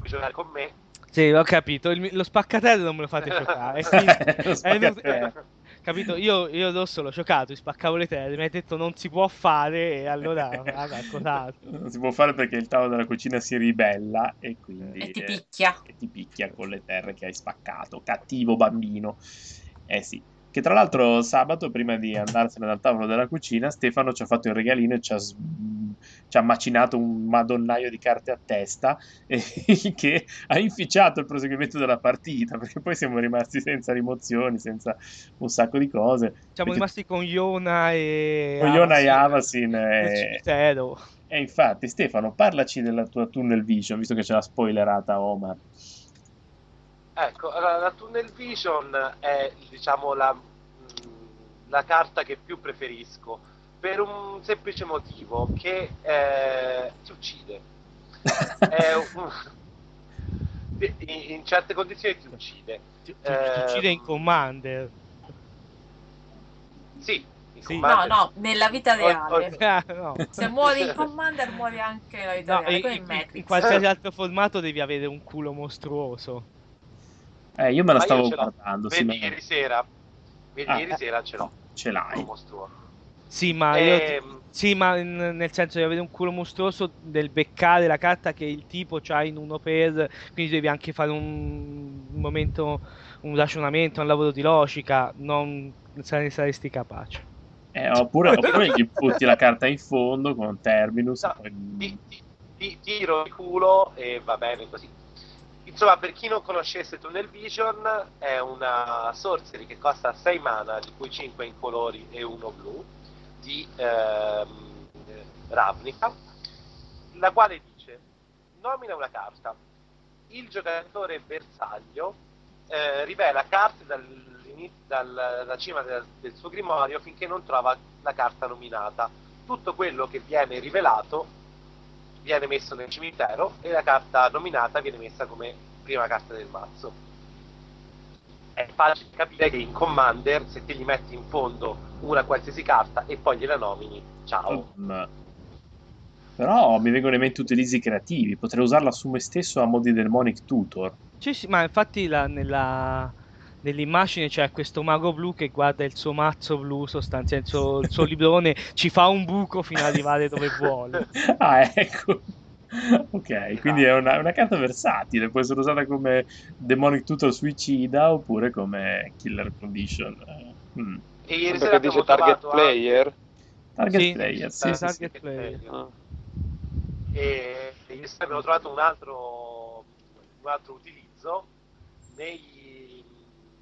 Speaker 6: Puoi giocare con me.
Speaker 5: Sì, ho capito. Il mi- lo spaccatello non me lo fate giocare. quindi-
Speaker 4: Lo
Speaker 5: è
Speaker 4: spaccatello.
Speaker 5: inutile- capito? Io, io il rosso l'ho giocato, gli spaccavo le tele, mi hai detto non si può fare, e allora ecco, raga, cos'altro.
Speaker 4: Non si può fare perché il tavolo della cucina si ribella e quindi
Speaker 7: E ti
Speaker 4: eh,
Speaker 7: picchia.
Speaker 4: e ti picchia con le terre che hai spaccato. Cattivo bambino. Eh sì. Che tra l'altro sabato, prima di andarsene dal tavolo della cucina, Stefano ci ha fatto il regalino e ci ha, s- ci ha macinato un madonnaio di carte a testa e- che ha inficiato il proseguimento della partita, perché poi siamo rimasti senza rimozioni, senza un sacco di cose.
Speaker 5: Siamo
Speaker 4: Perché-
Speaker 5: rimasti con Iona e.
Speaker 4: Con Iona e
Speaker 5: Avasin
Speaker 4: Avasin,
Speaker 5: nel
Speaker 4: eh.
Speaker 5: cimitero.
Speaker 4: E infatti, Stefano, parlaci della tua tunnel vision, visto che ce l'ha spoilerata Omar.
Speaker 6: Ecco, allora, la Tunnel Vision è diciamo la, mh, la carta che più preferisco per un semplice motivo che eh, ti uccide. È un- in, in certe condizioni ti uccide.
Speaker 5: Ti, ti- ti uccide in Commander.
Speaker 6: Sì, in
Speaker 5: Sì.
Speaker 7: No,
Speaker 6: combattere.
Speaker 7: no, nella vita
Speaker 6: Oh, oh,
Speaker 7: reale.
Speaker 5: Ah, no.
Speaker 7: Se muori in Commander, muori anche nella vita
Speaker 5: No,
Speaker 7: reale.
Speaker 5: in,
Speaker 7: Come in
Speaker 5: in-
Speaker 7: Matrix.
Speaker 5: in qualsiasi altro formato devi avere un culo mostruoso.
Speaker 4: Eh, io me la
Speaker 6: Ma io
Speaker 4: stavo
Speaker 6: ce l'ho.
Speaker 4: guardando, sì,
Speaker 6: Vedi
Speaker 4: ma
Speaker 6: ieri sera, vedi
Speaker 4: Ah,
Speaker 6: ieri
Speaker 4: eh.
Speaker 6: sera ce l'ho,
Speaker 4: ce
Speaker 6: un
Speaker 4: l'hai.
Speaker 6: mostruo.
Speaker 5: Sì, ma Ah, io. ti-
Speaker 6: Ehm,
Speaker 5: Sì, ma in- nel senso di avere un culo mostruoso del beccare la carta che il tipo c'ha in uno per, quindi devi anche fare un, un momento, un ragionamento, un lavoro di logica, non se ne saresti capace.
Speaker 4: Eh, oppure, oppure gli butti la carta in fondo con Terminus. e
Speaker 6: No,
Speaker 4: poi-
Speaker 6: ti, ti- ti tiro il culo e va bene così. Insomma, per chi non conoscesse Tunnel Vision, è una sorcery che costa 6 mana, di cui 5 incolori e 1 blu, di ehm, eh, Ravnica, la quale dice, nomina una carta, il giocatore bersaglio eh, rivela carte dall'ini- dal- dalla cima del- del suo grimorio finché non trova la carta nominata tutto quello che viene rivelato viene messo nel cimitero e la carta nominata viene messa come prima carta del mazzo. È facile capire che in Commander, se ti gli metti in fondo una qualsiasi carta e poi gliela nomini, ciao.
Speaker 4: Mm. Però mi vengono in mente utilizzi creativi. Potrei usarla su me stesso a mo' di Demonic Tutor.
Speaker 5: Sì, sì, ma infatti la- nella- nell'immagine c'è questo mago blu che guarda il suo mazzo blu, sostanzialmente il suo, il suo librone, ci fa un buco fino ad arrivare dove vuole.
Speaker 4: ah, ecco. Ok, quindi è una, una carta versatile. Può essere usata come Demonic Tutor suicida oppure come Killer Condition. Eh, mm.
Speaker 6: E ieri
Speaker 9: Quello
Speaker 6: sera
Speaker 9: che
Speaker 6: abbiamo
Speaker 9: dice target
Speaker 6: trovato anche-
Speaker 9: player.
Speaker 4: Target
Speaker 6: eh,
Speaker 5: Sì,
Speaker 4: player,
Speaker 5: sì,
Speaker 4: sì, sì, sì.
Speaker 5: target player.
Speaker 9: Ah.
Speaker 6: e ieri sera abbiamo trovato un altro, un altro utilizzo nei,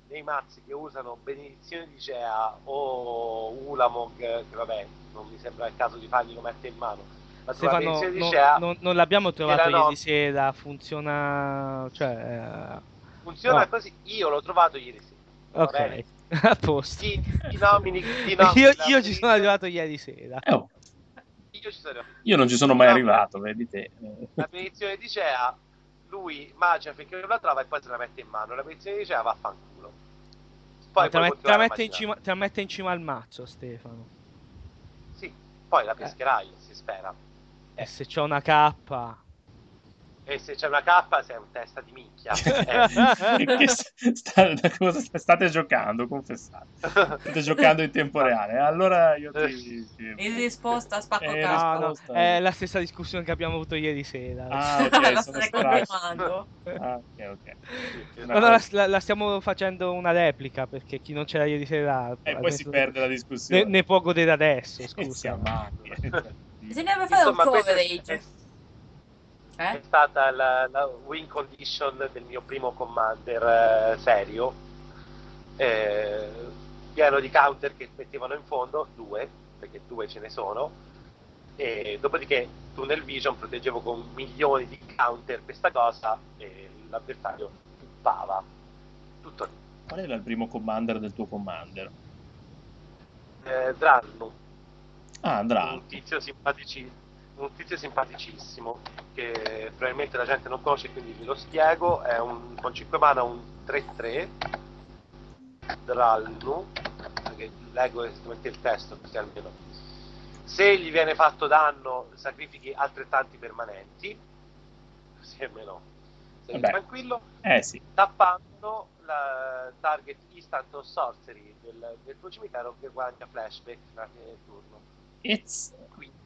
Speaker 6: nei mazzi che usano Benedizione di Cea o Ulamog, che vabbè non mi sembra il caso di farglielo mettere in mano, ma sulla
Speaker 5: Stefano,
Speaker 6: Benedizione di
Speaker 5: no-
Speaker 6: Cea
Speaker 5: non, non l'abbiamo trovato
Speaker 6: era no.
Speaker 5: ieri sera, funziona... cioè...
Speaker 6: funziona
Speaker 5: no.
Speaker 6: così, io l'ho trovato ieri sera.
Speaker 5: eh,
Speaker 6: va
Speaker 5: ok,
Speaker 6: bene?
Speaker 5: a posto.
Speaker 6: Di, di nomini, di nomini
Speaker 5: Io, io ci
Speaker 6: la
Speaker 5: sono
Speaker 6: Benedizione-
Speaker 5: arrivato ieri sera.
Speaker 4: Eh, oh,
Speaker 6: Io ci sono arrivato.
Speaker 4: io non ci sono mai
Speaker 6: No.
Speaker 4: arrivato, vedi te. Eh,
Speaker 6: la benedizione di Cea, lui mangia finché non la trova e poi se la mette in mano. La benedizione di Cea vaffanculo. Poi
Speaker 5: te, la
Speaker 6: puoi
Speaker 5: met- te la
Speaker 6: continuare a
Speaker 5: mette in
Speaker 6: mangiare.
Speaker 5: cima, te la mette in cima al mazzo, Stefano.
Speaker 6: Sì, poi
Speaker 5: Eh.
Speaker 6: la pescherai, si spera. Eh.
Speaker 5: E se c'ho una K...
Speaker 6: E se c'è una K sei un testa di minchia. Eh,
Speaker 4: Che s- sta- da cosa st- state giocando? Confessate. State giocando in tempo reale. Allora io
Speaker 5: Eh.
Speaker 4: ti. ti-
Speaker 7: In risposta a spacco
Speaker 4: Eh,
Speaker 7: cazzo.
Speaker 5: Ah, No, no,
Speaker 4: risposta.
Speaker 5: è la stessa discussione che abbiamo avuto ieri sera.
Speaker 4: Ah,
Speaker 7: la
Speaker 4: ok, sono
Speaker 7: stai
Speaker 4: stracci.
Speaker 7: confermando.
Speaker 4: Ah, ok, ok.
Speaker 5: No, no, la, la- la stiamo facendo una replica perché chi non c'era ieri sera
Speaker 4: E poi si
Speaker 5: adesso-
Speaker 4: perde la
Speaker 5: ne,
Speaker 4: discussione.
Speaker 5: ne può godere adesso.
Speaker 4: Eh,
Speaker 5: Scusa, Cioè,
Speaker 4: siamo anni.
Speaker 7: Bisognerebbe fare
Speaker 6: Insomma,
Speaker 7: un
Speaker 6: questa è,
Speaker 7: coverage.
Speaker 6: è
Speaker 7: Eh?
Speaker 6: stata la, la win condition del mio primo commander eh, serio, eh, pieno di counter che mettevano in fondo, due, perché due ce ne sono, e dopodiché Tunnel Vision proteggevo con milioni di counter questa cosa e l'avversario puppava. Tutto lì.
Speaker 4: Qual era il primo commander del tuo commander?
Speaker 6: Eh, Drannum,
Speaker 4: Ah, andrà.
Speaker 6: un tizio simpatici- un tizio simpaticissimo che probabilmente la gente non conosce quindi ve lo spiego è un, con 5 mana un 3-3 Dralnu che leggo esattamente il testo così almeno se gli viene fatto danno sacrifichi altrettanti permanenti così almeno sei
Speaker 4: Vabbè.
Speaker 6: tranquillo
Speaker 4: Eh sì.
Speaker 6: tappando la target instant o sorcery del, del tuo cimitero che guadagna flashback alla fine del turno
Speaker 4: It's...
Speaker 6: quindi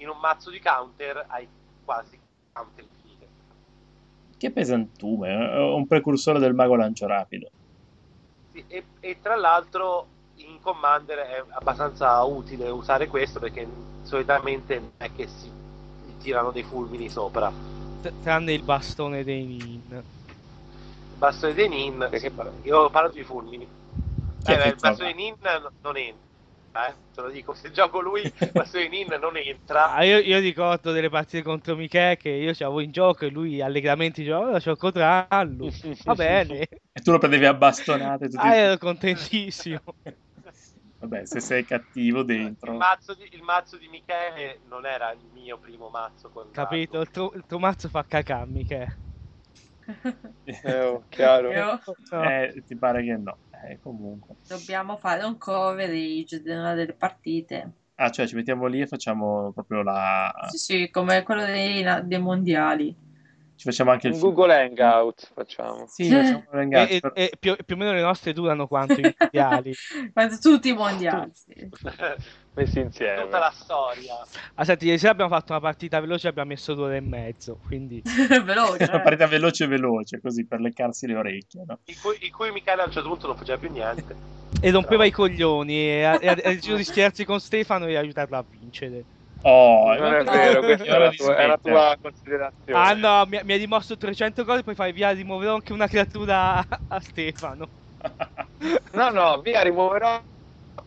Speaker 6: in un mazzo di counter hai quasi counter infinite.
Speaker 4: Che pesantume. eh, Un precursore del mago lancio rapido.
Speaker 6: Sì, e, e tra l'altro in Commander è abbastanza utile usare questo perché solitamente non è che si tirano dei fulmini sopra.
Speaker 5: T- tranne il bastone dei Nin.
Speaker 6: Il bastone dei Nin,
Speaker 9: Perché
Speaker 6: sì,
Speaker 9: parla-
Speaker 6: io ho parlato di fulmini.
Speaker 4: Chi è
Speaker 6: Eh,
Speaker 4: Ah, che
Speaker 6: beh, il
Speaker 4: trova?
Speaker 6: bastone dei Nin no- non entra, eh, te lo dico, se gioco lui il bastone dei Nin non entra.
Speaker 5: Ah, io, io ricordo delle partite contro Michè che io c'avevo in gioco e lui allegramente diceva: "Oh, c'ho Cotrallo. Va bene,
Speaker 4: E tu lo prendevi a bastonate tutti.
Speaker 5: ah, ero contentissimo.
Speaker 4: Vabbè, se sei cattivo dentro.
Speaker 6: Il mazzo, di, il mazzo di Michele non era il mio primo mazzo con
Speaker 5: Capito? Il, tuo- il tuo mazzo fa cacà, Michè.
Speaker 9: Eh, oh, chiaro.
Speaker 7: Io-
Speaker 5: No.
Speaker 4: Eh, ti pare che no. Eh, comunque.
Speaker 7: Dobbiamo fare un coverage di una delle partite.
Speaker 4: Ah, cioè ci mettiamo lì e facciamo proprio la...
Speaker 5: Ah.
Speaker 7: Sì, sì, come quello dei, dei mondiali.
Speaker 4: Ci facciamo anche il
Speaker 9: Un
Speaker 4: film.
Speaker 9: Google Hangout facciamo.
Speaker 4: Sì, facciamo un
Speaker 5: E,
Speaker 4: ragazzo.
Speaker 5: e- e più, più o meno le nostre durano quanto i mondiali.
Speaker 7: Quanto tutti i mondiali. sì.
Speaker 6: Dracula.
Speaker 9: Messi insieme.
Speaker 6: Tutta la storia.
Speaker 5: Ah, senti, ieri sera abbiamo fatto una partita veloce e abbiamo messo due ore e mezzo. Quindi,
Speaker 7: Veloce.
Speaker 4: Una
Speaker 7: eh.
Speaker 4: partita veloce veloce, così per leccarsi le orecchie, no?
Speaker 6: in cui, in cui Michele a un certo punto non faceva più niente.
Speaker 5: e rompeva
Speaker 6: Bravo.
Speaker 5: i coglioni e ha, e ha deciso di schierarsi con Stefano e aiutarlo a vincere.
Speaker 4: Oh,
Speaker 9: non è
Speaker 4: no,
Speaker 9: vero, questa
Speaker 4: io
Speaker 9: è la
Speaker 4: di
Speaker 9: tua, è la
Speaker 4: smettere.
Speaker 9: tua considerazione.
Speaker 5: Ah no, mi, mi hai rimosso 300 cose, poi fai via, rimuoverò anche una creatura a, a Stefano.
Speaker 9: No, no, via rimuoverò.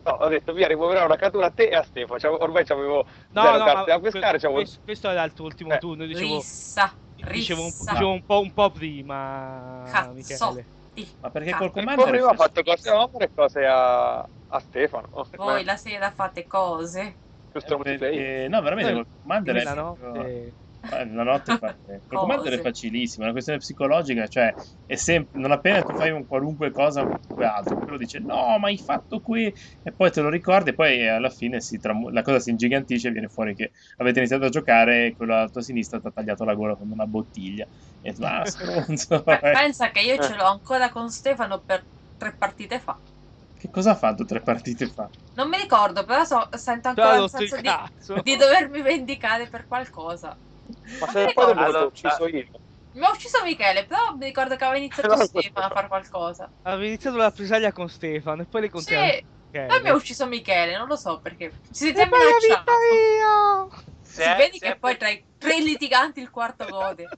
Speaker 9: no, ho detto via rimuoverò una cattura a te e a Stefano. Cioè, ormai avevo
Speaker 5: No,
Speaker 9: zero
Speaker 5: no,
Speaker 9: carte da
Speaker 5: que-
Speaker 9: pescare. c'avevo-
Speaker 5: questo, questo era il tuo ultimo
Speaker 9: Eh.
Speaker 5: turno, dicevo,
Speaker 7: Rissa.
Speaker 5: dicevo, un,
Speaker 7: Rissa.
Speaker 5: dicevo un po', un po' prima, Michele.
Speaker 7: Cazzotti.
Speaker 4: Ma perché col
Speaker 9: Il
Speaker 4: comando
Speaker 9: po' Ah, prima ho
Speaker 4: era
Speaker 9: fatto cose a Omar e cose a, a Stefano. Oh,
Speaker 7: Voi
Speaker 9: ma-
Speaker 7: la sera fate cose.
Speaker 9: Giusto
Speaker 4: perché-
Speaker 9: multiplayer.
Speaker 4: No, veramente,
Speaker 5: Eh,
Speaker 4: col comando
Speaker 5: Quindi
Speaker 4: è
Speaker 5: la
Speaker 4: proprio-
Speaker 5: notte...
Speaker 4: Eh, la notte fa- eh, col comando è
Speaker 7: Cose.
Speaker 4: facilissimo, è una questione psicologica, cioè è sem- non appena tu fai un qualunque cosa, qualunque altro, quello dice no, ma hai fatto qui, e poi te lo ricordi, e poi eh, alla fine si tramu- la cosa si ingigantisce e viene fuori che avete iniziato a giocare e quello alla tua sinistra ti ha tagliato la gola con una bottiglia. E tu, ah, stronzo,
Speaker 7: Beh,
Speaker 4: eh.
Speaker 7: pensa che io ce l'ho ancora con Stefano per tre partite fa.
Speaker 4: che cosa ha fatto tre partite fa?
Speaker 7: Non mi ricordo, però so- sento
Speaker 5: Te l'ha
Speaker 7: ancora il
Speaker 5: rotto il
Speaker 7: senso di,
Speaker 5: cazzo.
Speaker 7: di dovermi vendicare per qualcosa.
Speaker 9: Ma
Speaker 7: non
Speaker 9: se
Speaker 7: mi
Speaker 9: poi dopo
Speaker 7: ricordo.
Speaker 9: l'ho ucciso io.
Speaker 7: Mi ha ucciso Michele, però mi ricordo che aveva iniziato
Speaker 9: No,
Speaker 7: Stefano a fare qualcosa.
Speaker 5: Avevi iniziato la presaglia con Stefano e poi le
Speaker 7: Sì,
Speaker 5: contiamo.
Speaker 7: poi mi ha ucciso Michele, non lo so perché. Ci sentiamo
Speaker 5: poi la
Speaker 7: minacciati.
Speaker 5: vinco io!
Speaker 6: Se
Speaker 7: Si
Speaker 6: è-
Speaker 7: vedi
Speaker 6: se
Speaker 7: che
Speaker 6: è
Speaker 7: poi
Speaker 6: per-
Speaker 7: tra i tre litiganti il quarto gode.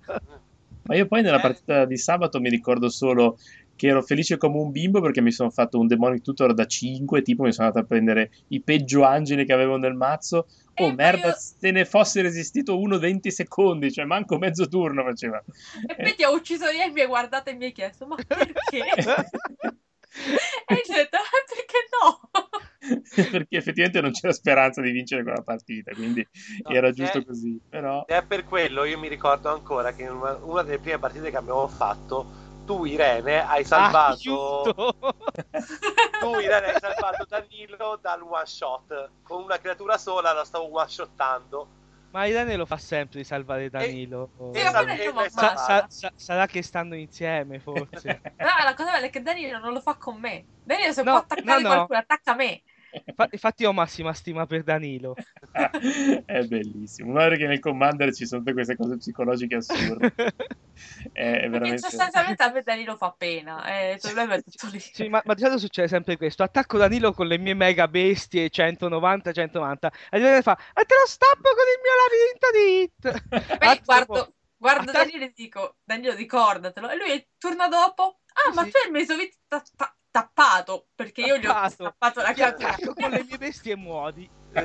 Speaker 4: Ma io poi nella
Speaker 6: Eh.
Speaker 4: partita di sabato mi ricordo solo che ero felice come un bimbo perché mi sono fatto un demonic tutor da 5, tipo mi sono andato a prendere i peggio angeli che avevo nel mazzo.
Speaker 7: Eh,
Speaker 4: Oh
Speaker 7: ma
Speaker 4: merda,
Speaker 7: io-
Speaker 4: se ne fosse resistito uno 20 secondi, cioè manco mezzo turno faceva.
Speaker 7: E poi ti ho ucciso lì e mi hai guardato e mi hai chiesto: Ma perché? e io ho detto: "Eh, Perché no?
Speaker 4: perché effettivamente non c'era speranza di vincere quella partita, quindi
Speaker 6: No,
Speaker 7: eh.
Speaker 4: era
Speaker 6: se-
Speaker 4: giusto così. Però
Speaker 6: E per quello io mi ricordo ancora che in una, una delle prime partite che abbiamo fatto, tu Irene hai
Speaker 5: Ah,
Speaker 6: salvato,
Speaker 5: giusto.
Speaker 6: tu Irene hai salvato Danilo dal one shot, con una creatura sola la stavo one shottando.
Speaker 5: Ma Irene lo fa sempre di salvare Danilo.
Speaker 7: Eh, Sì,
Speaker 6: e
Speaker 7: ma
Speaker 6: sal-
Speaker 7: pure
Speaker 6: e
Speaker 7: tu,
Speaker 6: l'hai
Speaker 7: ma-
Speaker 5: Sa-
Speaker 6: salvata.
Speaker 5: sa- sa- sarà che stanno insieme, forse.
Speaker 7: No, la cosa bella è che Danilo non lo fa con me. Danilo, se
Speaker 5: No,
Speaker 7: può attaccare
Speaker 5: no, no.
Speaker 7: qualcuno, attacca me.
Speaker 5: Fa- Infatti, ho massima stima per Danilo.
Speaker 4: è bellissimo. Guarda che nel Commander ci sono tutte queste cose psicologiche assurde. È, è
Speaker 7: Perché
Speaker 4: veramente...
Speaker 7: sostanzialmente a me Danilo fa pena. eh, il problema è tutto lì.
Speaker 5: Sì, ma, ma di solito succede sempre questo. Attacco Danilo con le mie mega bestie 190-190. E Irene fa: E te lo stappo con il mio labirinto di hit. Ah,
Speaker 7: Poi
Speaker 5: Altro po'.
Speaker 7: guardo, guardo
Speaker 5: Attac-
Speaker 7: Danilo e dico: Danilo, ricordatelo. E lui il turno dopo. Ah,
Speaker 5: Sì,
Speaker 7: ma
Speaker 5: sì.
Speaker 7: tu hai messo vita ta- ta- tappato. Perché io gli ho
Speaker 5: Tappato.
Speaker 7: tappato la
Speaker 5: Ti
Speaker 7: creatura.
Speaker 5: attacco con le mie bestie e muori.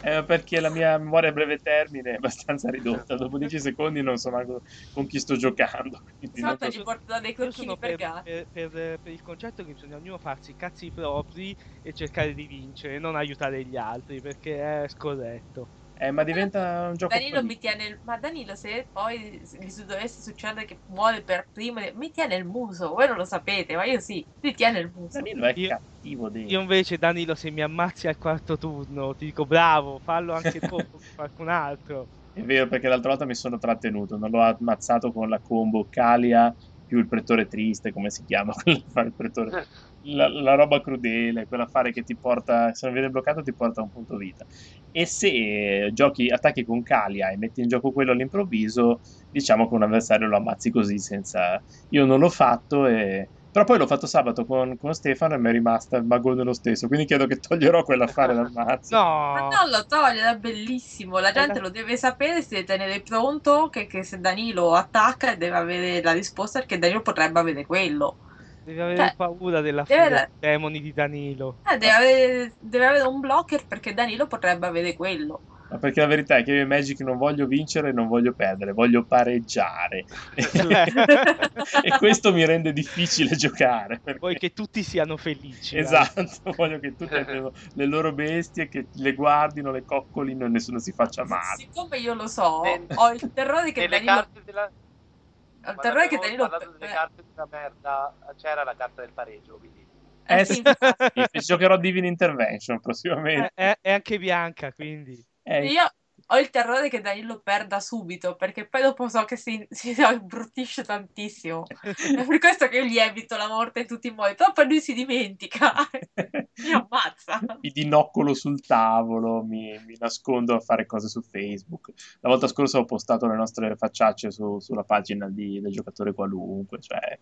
Speaker 4: Eh, perché la mia memoria a breve termine è abbastanza ridotta. Dopo 10 secondi non so manco con chi sto giocando. Quindi non
Speaker 7: Sotto gli
Speaker 4: so-
Speaker 7: porto dei
Speaker 5: Io
Speaker 7: crocchini
Speaker 5: sono
Speaker 7: per
Speaker 5: per,
Speaker 7: gatti.
Speaker 5: per- per- per il concetto che bisogna ognuno farsi i cazzi propri e cercare di vincere, non aiutare gli altri perché è scorretto.
Speaker 4: Eh, ma diventa un gioco
Speaker 7: Danilo mi
Speaker 4: politico.
Speaker 7: tiene il... Ma Danilo, se poi gli su- dovesse succedere che muore per primo, mi tiene il muso. Voi non lo sapete, ma io sì. Mi tiene il muso.
Speaker 4: Danilo è
Speaker 5: Io-
Speaker 4: cattivo dentro.
Speaker 5: Io invece, Danilo, se mi ammazzi al quarto turno, ti dico bravo, fallo anche tu con qualcun altro.
Speaker 4: È vero, perché l'altra volta mi sono trattenuto, non l'ho ammazzato con la combo Calia più il pretore triste, come si chiama? quella fa il pretore- La, la roba crudele, quell'affare che ti porta, se non viene bloccato ti porta a un punto vita. E se giochi, attacchi con Calia e metti in gioco quello all'improvviso, diciamo che un avversario lo ammazzi così senza... Io non l'ho fatto, e... però poi l'ho fatto sabato con, con Stefano e mi è rimasta il magone lo stesso, quindi credo che toglierò quell'affare dal mazzo.
Speaker 7: Ma
Speaker 5: No,
Speaker 7: non lo toglie, è bellissimo. La gente lo deve sapere, si deve tenere pronto che, che se Danilo attacca deve avere la risposta perché Danilo potrebbe avere quello.
Speaker 5: devi avere
Speaker 7: Cioè,
Speaker 5: paura della
Speaker 7: deve-
Speaker 5: furia dei demoni di Danilo.
Speaker 7: Eh, deve, avere, deve avere un blocker perché Danilo potrebbe avere quello.
Speaker 4: Ma perché la verità è che io in Magic non voglio vincere e non voglio perdere, voglio pareggiare. Eh. e questo mi rende difficile giocare. perché-
Speaker 5: Vuoi che tutti siano felici. dai.
Speaker 4: Esatto, voglio che tutte abbiano le loro bestie, che le guardino, le coccolino e nessuno si faccia male.
Speaker 7: Siccome io lo so,
Speaker 6: Eh,
Speaker 7: ho il terrore che
Speaker 6: Nelle
Speaker 7: Danilo...
Speaker 6: carte della...
Speaker 7: Ho il
Speaker 6: quando
Speaker 7: terrore che
Speaker 6: abbiamo
Speaker 7: Danilo...
Speaker 6: parlato delle
Speaker 7: eh,
Speaker 6: carte della merda, c'era la carta del pareggio, quindi...
Speaker 4: Eh
Speaker 7: eh,
Speaker 4: sì.
Speaker 7: sì,
Speaker 4: E giocherò Divine Intervention prossimamente.
Speaker 5: È, è- è anche bianca, quindi.
Speaker 4: Eh,
Speaker 7: Io ho il terrore che Danilo perda subito, perché poi dopo so che si, si imbruttisce tantissimo. È per questo che io gli evito la morte in tutti i modi. Però poi lui si dimentica, mi ammazza.
Speaker 4: mi dinoccolo sul tavolo, mi, mi nascondo a fare cose su Facebook. La volta scorsa ho postato le nostre facciacce su- sulla pagina di- del giocatore qualunque, cioè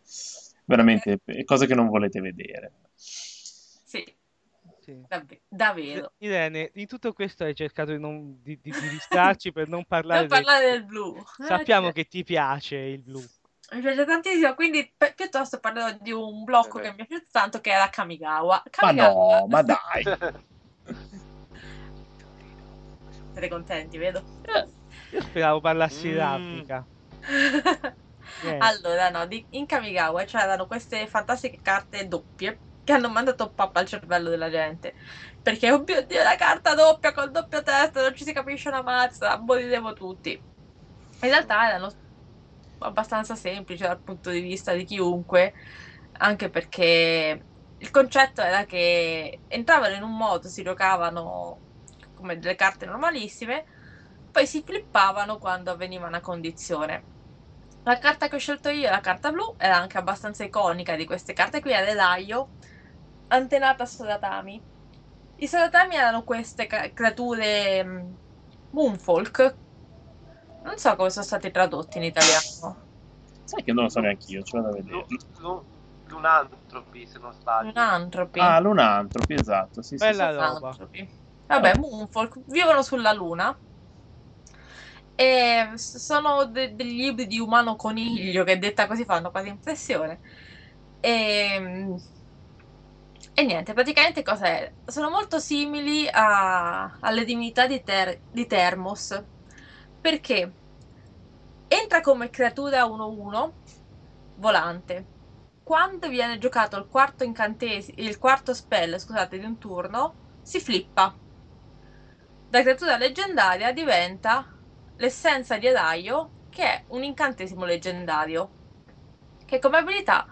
Speaker 4: veramente eh, cose che non volete vedere.
Speaker 7: Sì,
Speaker 5: Sì.
Speaker 7: dav- davvero.
Speaker 5: Irene, in tutto questo hai cercato di, non, di, di- di distrarci per non parlare,
Speaker 7: Non parlare
Speaker 5: del-
Speaker 7: del blu.
Speaker 5: Sappiamo
Speaker 7: Eh,
Speaker 5: che ti piace il blu.
Speaker 7: Mi piace tantissimo, quindi pi- piuttosto parlerò di un
Speaker 5: Eh
Speaker 7: blocco che mi è piaciuto tanto, che era
Speaker 4: Ma
Speaker 7: Kamigawa. Kamigawa,
Speaker 4: no, ma dai.
Speaker 7: siete contenti, vedo?
Speaker 5: Io speravo parlassi
Speaker 4: Mm.
Speaker 5: in Africa. Niente.
Speaker 7: Allora, no, di- in Kamigawa c'erano queste fantastiche carte doppie che hanno mandato pappa al cervello della gente. Perché, oh mio Dio, la carta doppia col doppio testo, non ci si capisce una mazza, moriremo tutti. In realtà erano abbastanza semplici dal punto di vista di chiunque, anche perché il concetto era che entravano in un modo, si giocavano come delle carte normalissime, poi si flippavano quando avveniva una condizione. La carta che ho scelto io, la carta blu, era anche abbastanza iconica di queste carte qui, era Elaio, antenata Sodatami. I Sodatami erano queste ca- creature mm, Moonfolk. Non so come sono stati tradotti in italiano.
Speaker 4: Sai che non lo so neanche io, ce l'ho da vedere.
Speaker 6: Lu- lu- Lunantropi, se non sbaglio.
Speaker 7: Un'antropi.
Speaker 4: Ah, l'unantropi, esatto, sì, sì, sì.
Speaker 5: Bella roba.
Speaker 7: Un'antropi. Vabbè, Moonfolk vivono sulla Luna. E s- sono de- degli ibridi umano coniglio che detta così fanno quasi impressione. E, e niente, praticamente cosa è? Sono molto simili a- alle divinità di, Ter- di Termos. Perché entra come creatura 1-1 volante. Quando viene giocato il quarto incantesimo, il quarto spell, scusate, di un turno, si flippa. Da creatura leggendaria diventa l'essenza di Elaio, che è un incantesimo leggendario, che come abilità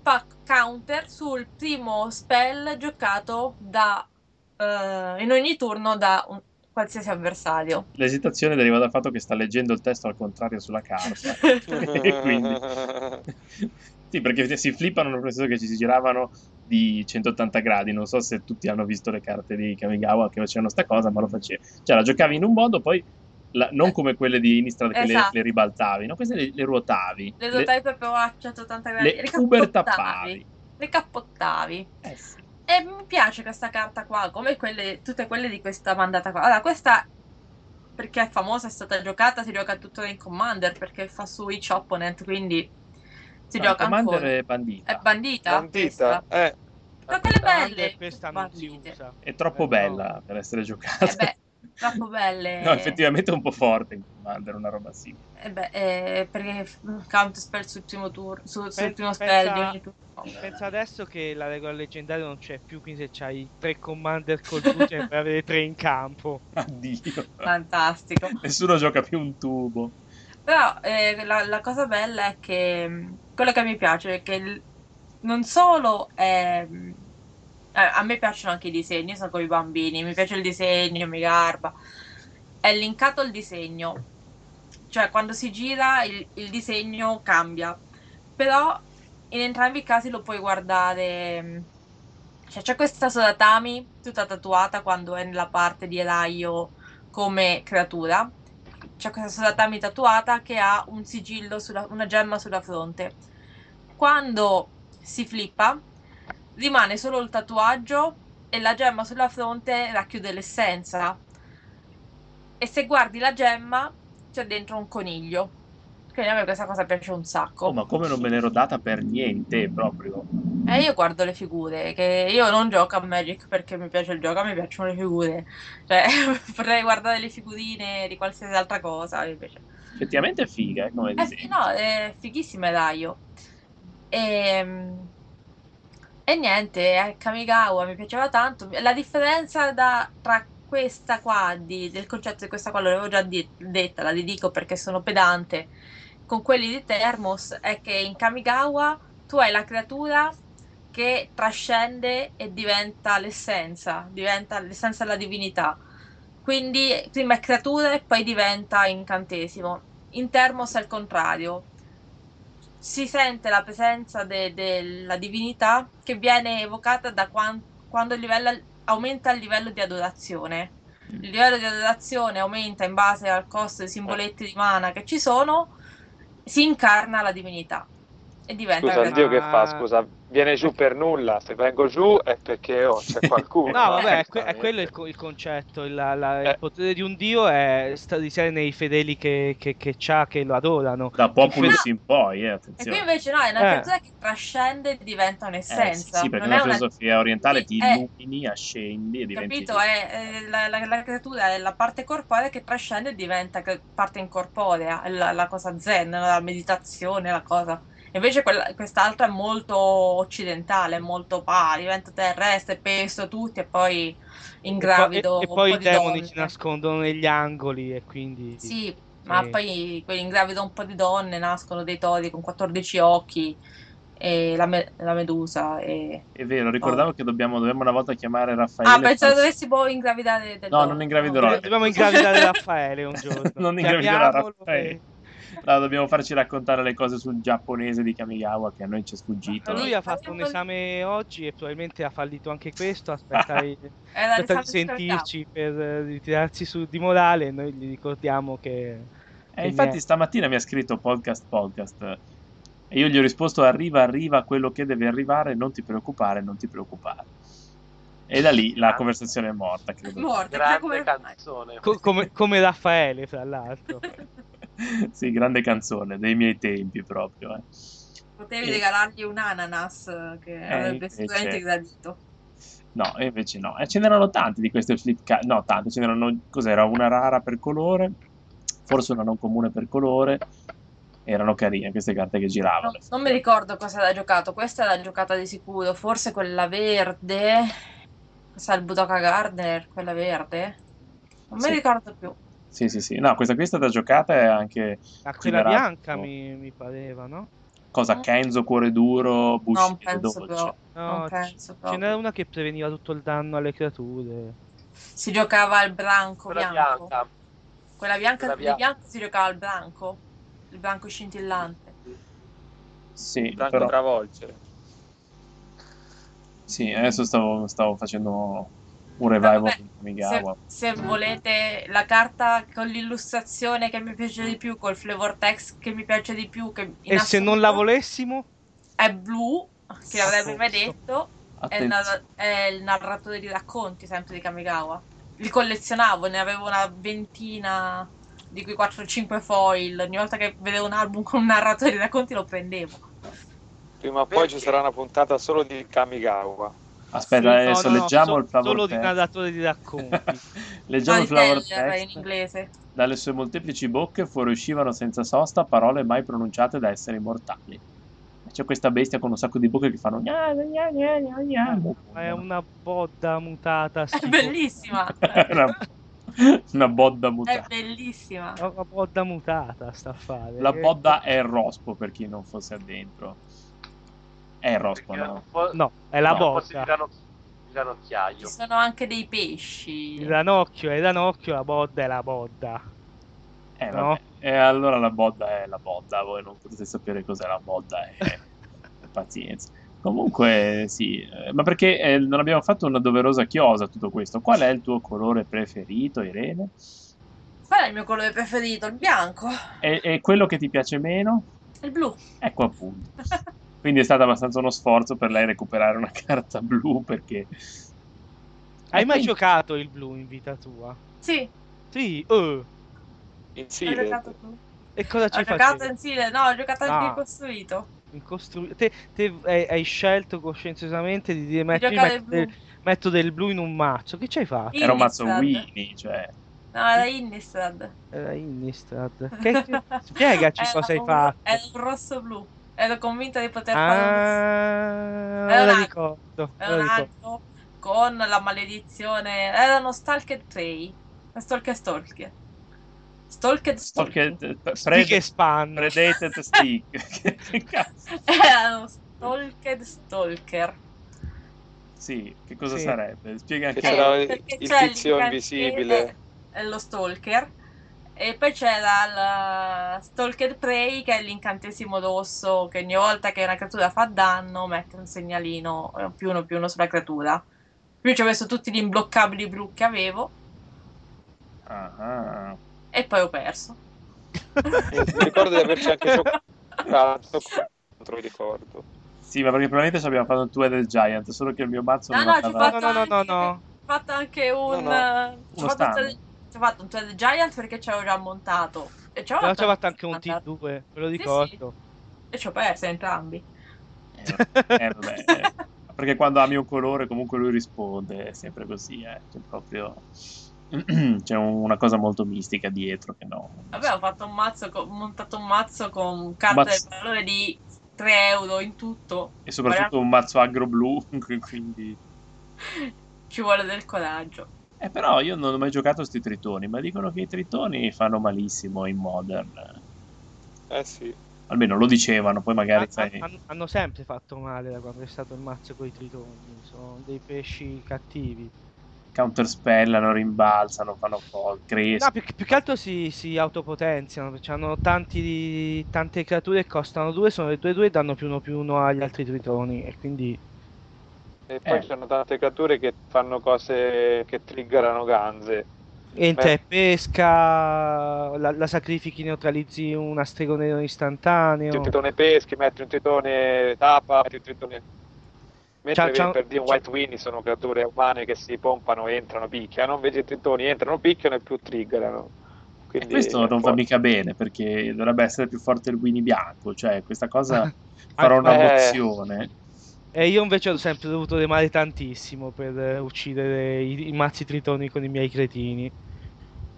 Speaker 7: fa counter sul primo spell giocato da, eh, in ogni turno da un- qualsiasi avversario.
Speaker 4: L'esitazione deriva dal fatto che sta leggendo il testo al contrario sulla carta. E quindi- sì, perché si flippano nel senso che ci si giravano di 180 gradi. Non so se tutti hanno visto le carte di Kamigawa che facevano sta cosa, ma lo facevi. Cioè, la giocavi in un modo, poi la- non come quelle di Innistrad che le- le,
Speaker 7: Esatto.
Speaker 4: ribaltavi, no? Queste le, le ruotavi.
Speaker 7: Le dotai proprio a 180 gradi,
Speaker 4: le
Speaker 7: le
Speaker 4: uber
Speaker 7: cappottavi.
Speaker 4: tappavi.
Speaker 7: Le cappottavi.
Speaker 4: Eh sì.
Speaker 7: E mi piace questa carta qua, come quelle- tutte quelle di questa mandata qua. Allora, questa perché è famosa, è stata giocata, si gioca tuttora in Commander perché fa su each opponent, quindi si
Speaker 4: No,
Speaker 7: gioca
Speaker 4: Ah, Commander
Speaker 7: ancora. Eh
Speaker 4: è bandita.
Speaker 7: È bandita?
Speaker 8: Bandita,
Speaker 7: questa?
Speaker 8: eh.
Speaker 7: Sono quelle belle.
Speaker 5: Anche questa non si
Speaker 7: bandite.
Speaker 5: usa.
Speaker 4: È troppo
Speaker 5: Eh, no.
Speaker 4: bella per essere giocata.
Speaker 7: Eh beh, troppo belle.
Speaker 4: No, effettivamente è un po' forte in Commander, una roba simile.
Speaker 7: Eh beh, eh, perché f- count spell sul primo turno, su- sul
Speaker 5: Pen-
Speaker 7: primo
Speaker 5: pensa-
Speaker 7: spell di ogni turno.
Speaker 5: Pensa adesso che la regola leggendaria non c'è più, quindi se c'hai tre commander col gluten puoi avere tre in campo.
Speaker 4: Addio.
Speaker 7: Fantastico.
Speaker 4: Nessuno gioca più un tubo.
Speaker 7: Però eh, la, la cosa bella è che mh, quello che mi piace è che il- non solo è, mh, eh, a me piacciono anche i disegni, io sono con i bambini, mi piace il disegno, mi garba. È linkato il disegno, cioè quando si gira il, il disegno cambia, però in entrambi i casi lo puoi guardare. mh, Cioè, c'è questa Sodatami tutta tatuata quando è nella parte di Elaio come creatura c'è questa Sodatami tatuata che ha un sigillo, sulla, una gemma sulla fronte. Quando si flippa, rimane solo il tatuaggio e la gemma sulla fronte racchiude l'essenza. E se guardi la gemma, c'è dentro un coniglio. Quindi a me questa cosa piace un sacco.
Speaker 4: Oh, ma come non me l'ero data per niente proprio.
Speaker 7: Eh, io guardo le figure, che io non gioco a Magic perché mi piace il gioco, a me piacciono le figure. Cioè, potrei guardare le figurine di qualsiasi altra cosa, invece.
Speaker 4: Effettivamente è figa, eh, come
Speaker 7: Eh sì,
Speaker 4: disegno.
Speaker 7: no, è fighissima Elaio. Ehm, E, niente, eh, Kamigawa mi piaceva tanto. La differenza da- tra questa qua, di- del concetto di questa qua, l'avevo già di- detta, la ridico perché sono pedante, con quelli di Termos, è che in Kamigawa tu hai la creatura che trascende e diventa l'essenza, diventa l'essenza della divinità. Quindi prima è creatura e poi diventa incantesimo. In Termos è il contrario. Si sente la presenza de- della divinità che viene evocata da quan- quando il livello- aumenta il livello di adorazione.
Speaker 4: Mm.
Speaker 7: Il livello di adorazione aumenta in base al costo dei simboletti di mana che ci sono, si incarna la divinità e diventa
Speaker 8: Scusa, Dio
Speaker 7: creatura.
Speaker 8: che fa? Scusa, viene giù per nulla. Se vengo giù è perché oh, c'è qualcuno.
Speaker 9: Eh,
Speaker 8: Eh,
Speaker 5: No, vabbè, è, que- è
Speaker 8: giustamente.
Speaker 5: quello il, co- il concetto. Il, la- la- il
Speaker 8: Eh.
Speaker 5: potere di un dio è sta- risiede nei fedeli che, che, che c'ha, che lo adorano.
Speaker 4: Da Populus
Speaker 5: Infatti-
Speaker 4: in poi, eh,
Speaker 7: E qui
Speaker 4: attenzione.
Speaker 7: invece no, è una
Speaker 5: Eh.
Speaker 7: creatura che trascende e diventa
Speaker 4: Eh, sì,
Speaker 7: un'essenza.
Speaker 4: sì, perché
Speaker 7: non
Speaker 4: nella
Speaker 7: è una
Speaker 4: filosofia orientale ti
Speaker 7: Sì, è-
Speaker 4: illumini, ascendi e diventi...
Speaker 7: Capito? eh. È, è la, la- la creatura è la parte corporea che trascende e diventa cre- parte incorporea, è la, la cosa zen, la meditazione, la cosa. Invece quella- quest'altra è molto occidentale, è molto ah, divento terrestre, peso tutti e poi
Speaker 5: e,
Speaker 7: ingravido
Speaker 5: poi- e- e
Speaker 7: un
Speaker 5: poi
Speaker 7: po'
Speaker 5: i
Speaker 7: di
Speaker 5: demoni
Speaker 7: donne.
Speaker 5: si nascondono negli angoli e quindi...
Speaker 7: Sì, ma
Speaker 5: Sì.
Speaker 7: poi poi ingravido un po' di donne, nascono dei tori con 14 occhi e la, me- la medusa e...
Speaker 4: È vero, ricordavo che dobbiamo, dobbiamo una volta chiamare Raffaele.
Speaker 7: Ah, pensavo
Speaker 4: per-
Speaker 7: dovessi boh, ingravidare
Speaker 4: No,
Speaker 7: del donne.
Speaker 4: non
Speaker 5: Do-
Speaker 4: ingraviderò.
Speaker 5: Dobbiamo ingravidare Raffaele un giorno.
Speaker 4: Non ingraviderà
Speaker 5: Chiamiamolo
Speaker 4: Raffaele.
Speaker 5: e-
Speaker 4: No, dobbiamo farci raccontare le cose sul giapponese di Kamigawa che a noi ci è sfuggito.
Speaker 5: Ma lui
Speaker 7: Sì,
Speaker 5: ha fatto un
Speaker 7: parliamo-
Speaker 5: esame oggi e probabilmente ha fallito anche questo. Aspetta, di-
Speaker 7: Era
Speaker 5: aspetta di
Speaker 7: l'esame di scaricavo.
Speaker 5: sentirci per eh, ritirarsi su di morale e noi gli ricordiamo che...
Speaker 4: Eh,
Speaker 5: che
Speaker 4: infatti
Speaker 5: ne-
Speaker 4: stamattina mi ha scritto podcast podcast e io gli ho risposto arriva, arriva quello che deve arrivare, non ti preoccupare, non ti preoccupare. E da lì la conversazione è morta, credo.
Speaker 7: Morte, chissà
Speaker 6: Grande
Speaker 7: come
Speaker 6: canzone.
Speaker 5: Co- come, come Raffaele, fra l'altro.
Speaker 4: sì, grande canzone, dei miei tempi proprio. eh.
Speaker 7: Potevi
Speaker 4: Eh.
Speaker 7: regalargli un ananas eh, che avrebbe
Speaker 4: invece-
Speaker 7: sicuramente gradito.
Speaker 4: No, e invece no. E ce n'erano tante di queste flip card. No, tante, ce n'erano. Cos'era? Una rara per colore, forse una non comune per colore. Erano carine queste carte che
Speaker 7: No,
Speaker 4: giravano.
Speaker 7: non mi ricordo cosa l'ha giocato. Questa l'ha giocata di sicuro. Forse quella verde. Questa è il Budoka Gardner, quella verde. Non
Speaker 4: Sì.
Speaker 7: mi ricordo più.
Speaker 4: Sì, sì, sì. No, questa qui è stata giocata e anche.
Speaker 5: Ma quella
Speaker 4: Generato.
Speaker 5: bianca mi, mi pareva, no?
Speaker 4: Cosa? Kenzo, cuore duro,
Speaker 7: Non
Speaker 4: Bushido, cioè.
Speaker 7: penso
Speaker 4: dolce.
Speaker 7: però.
Speaker 5: No,
Speaker 7: Non penso
Speaker 5: c- ce
Speaker 7: proprio.
Speaker 5: n'era una che preveniva tutto il danno alle creature.
Speaker 7: Si giocava al branco
Speaker 6: Quella
Speaker 7: bianco.
Speaker 6: bianca.
Speaker 7: Quella bianca,
Speaker 6: Quella
Speaker 7: di
Speaker 6: bianca.
Speaker 7: bianco si giocava al branco. Il branco scintillante.
Speaker 4: Sì,
Speaker 9: Branco
Speaker 4: però.
Speaker 9: travolgere.
Speaker 4: Sì, adesso stavo, stavo facendo un
Speaker 7: Vabbè,
Speaker 4: revival di
Speaker 7: Se,
Speaker 4: Kamigawa.
Speaker 7: se volete la carta con l'illustrazione che mi piace di più, col flavor text che mi piace di più, che in
Speaker 5: E se non la
Speaker 7: assoluto
Speaker 5: volessimo?
Speaker 7: è blu, che l'avrei mai
Speaker 5: Rosso.
Speaker 7: detto, è il,
Speaker 4: Attenzione.
Speaker 7: narra- è il narratore di racconti sempre di Kamigawa. Li collezionavo, ne avevo una ventina di quei 4-5 foil. Ogni volta che vedevo un album con un narratore di racconti lo prendevo.
Speaker 8: Prima o poi
Speaker 6: Perché?
Speaker 8: ci sarà una puntata solo di Kamigawa.
Speaker 4: Aspetta,
Speaker 5: Sì, no,
Speaker 4: adesso
Speaker 5: no, no,
Speaker 4: leggiamo
Speaker 5: so-
Speaker 4: il flavor
Speaker 5: Solo di
Speaker 4: text.
Speaker 5: narratore di racconti.
Speaker 4: leggiamo
Speaker 7: No,
Speaker 4: il
Speaker 7: di
Speaker 4: flavor
Speaker 7: Teller in
Speaker 4: text.
Speaker 7: inglese.
Speaker 4: Dalle sue molteplici bocche fuoriuscivano senza sosta parole mai pronunciate da esseri mortali. E C'è questa bestia con un sacco di bocche che fanno gna gna gna gna gna gna.
Speaker 5: Ma è una bodda mutata
Speaker 7: È
Speaker 5: schifo.
Speaker 7: bellissima,
Speaker 4: una, una bodda
Speaker 7: è
Speaker 4: mutata.
Speaker 7: bellissima.
Speaker 5: È Una bodda mutata sta a fare.
Speaker 4: La
Speaker 5: Che-
Speaker 4: bodda è il rospo per chi non fosse addentro. È il rospo,
Speaker 6: Perché
Speaker 4: no?
Speaker 6: fo-
Speaker 5: No, è la
Speaker 4: No,
Speaker 6: Forse di
Speaker 5: bodda.
Speaker 6: rano- di
Speaker 7: Ci
Speaker 6: ranocchiaio.
Speaker 7: sono anche dei pesci.
Speaker 5: Il ranocchio è il ranocchio, la bodda è la bodda.
Speaker 4: Eh,
Speaker 5: No.
Speaker 4: vabbè. E allora la bodda è la bodda, voi non potete sapere cos'è la bodda, eh, pazienza. Comunque, sì, eh, ma perché eh, non abbiamo fatto una doverosa chiosa a tutto questo? Qual è il tuo colore preferito, Irene?
Speaker 7: Qual è il mio colore preferito? Il bianco,
Speaker 4: E, e quello che ti piace meno?
Speaker 7: il blu.
Speaker 4: Ecco appunto. Quindi è stato abbastanza uno sforzo per lei recuperare una carta blu perché...
Speaker 5: Hai mai
Speaker 4: Quindi-
Speaker 5: giocato il blu in vita tua?
Speaker 7: Sì,
Speaker 5: Sì, eh.
Speaker 8: In
Speaker 7: ho
Speaker 8: Sealed.
Speaker 7: giocato blu.
Speaker 5: E cosa
Speaker 7: Ho
Speaker 5: ci
Speaker 7: giocato
Speaker 5: facevi?
Speaker 7: in Sile, no, ho giocato
Speaker 5: Ah.
Speaker 7: in ricostruito.
Speaker 5: In costru- te te hai, hai scelto coscienziosamente di dire
Speaker 7: Di
Speaker 5: metti,
Speaker 7: giocare
Speaker 5: metto,
Speaker 7: il blu.
Speaker 5: del, metto del blu in un mazzo. Che ci hai fatto?
Speaker 4: Era un mazzo
Speaker 7: Innistrad.
Speaker 4: Winnie, cioè...
Speaker 7: No, era Innistrad.
Speaker 5: Era Eh, Innistrad. Che, che- spiegaci
Speaker 7: Era
Speaker 5: cosa hai
Speaker 7: un-
Speaker 5: fatto.
Speaker 7: Era un rosso blu. Ero convinta di poter fare
Speaker 5: Ah,
Speaker 7: Era un
Speaker 5: ora
Speaker 7: altro.
Speaker 5: ricordo.
Speaker 7: un,
Speaker 5: ora
Speaker 7: un
Speaker 5: ricordo.
Speaker 7: altro con la maledizione. Era uno Stalker Prey. Stalker Stalker. Stalker Stalker.
Speaker 4: Stalker-
Speaker 5: Speak e
Speaker 4: Pred-
Speaker 5: span.
Speaker 4: Predated Stick. che cazzo?
Speaker 7: Era uno Stalker Stalker.
Speaker 4: Sì, che cosa
Speaker 5: Sì.
Speaker 4: sarebbe? Spiega
Speaker 8: Che
Speaker 4: anche
Speaker 7: Eh,
Speaker 8: c'era il
Speaker 7: perché c'è
Speaker 8: tizio invisibile.
Speaker 7: è lo stalker e poi c'era il stalker prey che è l'incantesimo rosso che ogni volta che una creatura fa danno mette un segnalino eh, più uno più uno sulla creatura qui ci ho messo tutti gli imbloccabili blu che avevo
Speaker 4: Ah, ah.
Speaker 7: e poi ho perso
Speaker 8: Eh, Mi ricordo di averci anche
Speaker 5: Ah,
Speaker 8: Esatto. giocato Ah, contro, ricordo.
Speaker 4: Sì, ma perché probabilmente ci abbiamo fatto un Two Headed Giant, solo che il mio mazzo
Speaker 7: No,
Speaker 4: non
Speaker 7: no, ci ho
Speaker 4: aveva...
Speaker 5: No,
Speaker 7: fatto,
Speaker 5: no, no, no,
Speaker 7: anche,
Speaker 5: no.
Speaker 7: ho fatto anche
Speaker 8: No,
Speaker 7: un. eh, ci ho
Speaker 4: Uno
Speaker 7: fatto un
Speaker 4: stand.
Speaker 7: Twilight- ci ho fatto un Twilight Giant perché ce l'avevo già montato. E ci ho
Speaker 5: Però ci ho fatto anche un
Speaker 7: Twilight
Speaker 5: T2, ve lo
Speaker 7: sì.
Speaker 5: ricordo.
Speaker 7: E ci ho perso entrambi.
Speaker 4: Eh, vabbè, eh, perché quando ami un colore comunque lui risponde, è sempre così, eh. C'è proprio... C'è un- una cosa molto mistica dietro che no...
Speaker 7: Vabbè, ho fatto un mazzo, co- ho montato un mazzo con carte
Speaker 4: Mazzo.
Speaker 7: del valore di 3 euro in tutto.
Speaker 4: E soprattutto un mazzo agro blu, quindi...
Speaker 7: Ci vuole del coraggio.
Speaker 4: Eh, però io non ho mai giocato a sti tritoni, ma dicono che i tritoni fanno malissimo in Modern.
Speaker 8: Eh sì.
Speaker 4: Almeno lo dicevano, poi magari
Speaker 5: Han-
Speaker 4: Eh, sai...
Speaker 5: han- hanno sempre fatto male da quando è stato il mazzo con i tritoni. Sono dei pesci cattivi.
Speaker 4: counterspellano, rimbalzano, fanno cose,
Speaker 5: No,
Speaker 4: crescono.
Speaker 5: più, più che altro si, si autopotenziano. perché Hanno tanti, tante creature che costano 2, sono le 2-2 e danno più 1 più 1 agli altri tritoni. E quindi.
Speaker 8: E poi
Speaker 4: Eh.
Speaker 8: ci sono tante creature che fanno cose che triggerano ganze.
Speaker 5: Entra
Speaker 8: Beh.
Speaker 5: e pesca, la, la sacrifichi, neutralizzi una stregonero
Speaker 8: Metti un
Speaker 5: istantaneo.
Speaker 8: tritone peschi, metti un tritone tapa, metti un tritone...
Speaker 9: Mentre
Speaker 5: Ciao, ciao.
Speaker 9: per dire un White Winnie sono creature umane che si pompano, entrano, picchiano, invece i tritoni entrano, picchiano e più triggerano.
Speaker 4: E
Speaker 9: Quindi
Speaker 4: questo
Speaker 9: è
Speaker 4: non va
Speaker 9: forte.
Speaker 4: mica bene perché dovrebbe essere più forte il Winnie bianco, cioè questa cosa farò
Speaker 5: Ah,
Speaker 4: una
Speaker 9: eh.
Speaker 4: mozione.
Speaker 5: E io invece ho sempre dovuto remare tantissimo per eh, uccidere i, i mazzi tritoni con i miei cretini.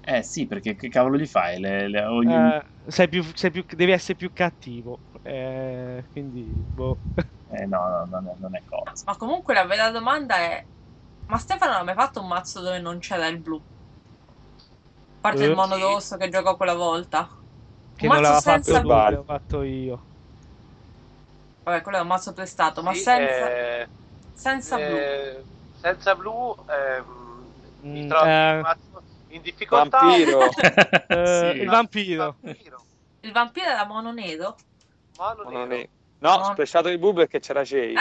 Speaker 4: Eh sì, perché che cavolo gli fai? Le- le- ogni-
Speaker 5: Eh, sei più, sei più- devi essere più cattivo. Eh, quindi, boh.
Speaker 4: Eh, no, no, no, no, non è cosa.
Speaker 7: Ma comunque la vera domanda è: ma Stefano non ha mai fatto un mazzo dove non c'era il blu? A parte
Speaker 5: Eh,
Speaker 7: il mono
Speaker 6: sì.
Speaker 7: rosso che giocò quella volta.
Speaker 5: Che
Speaker 7: Un
Speaker 5: non
Speaker 7: mazzo
Speaker 5: l'aveva
Speaker 7: senza
Speaker 5: fatto lui,
Speaker 9: blu.
Speaker 5: l'ho fatto io.
Speaker 7: Vabbè, quello è un mazzo prestato, Esatto, ma
Speaker 6: Sì,
Speaker 7: senza,
Speaker 6: eh,
Speaker 7: senza
Speaker 6: eh, senza blu ehm, mi
Speaker 5: Mm,
Speaker 6: trovo
Speaker 5: eh.
Speaker 6: un attimo in difficoltà.
Speaker 9: Vampiro.
Speaker 5: Eh,
Speaker 4: Sì.
Speaker 5: Il vampiro.
Speaker 6: Vampiro.
Speaker 7: blu. Il vampiro era mono nero?
Speaker 6: Mono
Speaker 9: Ma
Speaker 6: nero.
Speaker 9: non è- No,
Speaker 7: No.
Speaker 9: spresciato il blu perché c'era Jay.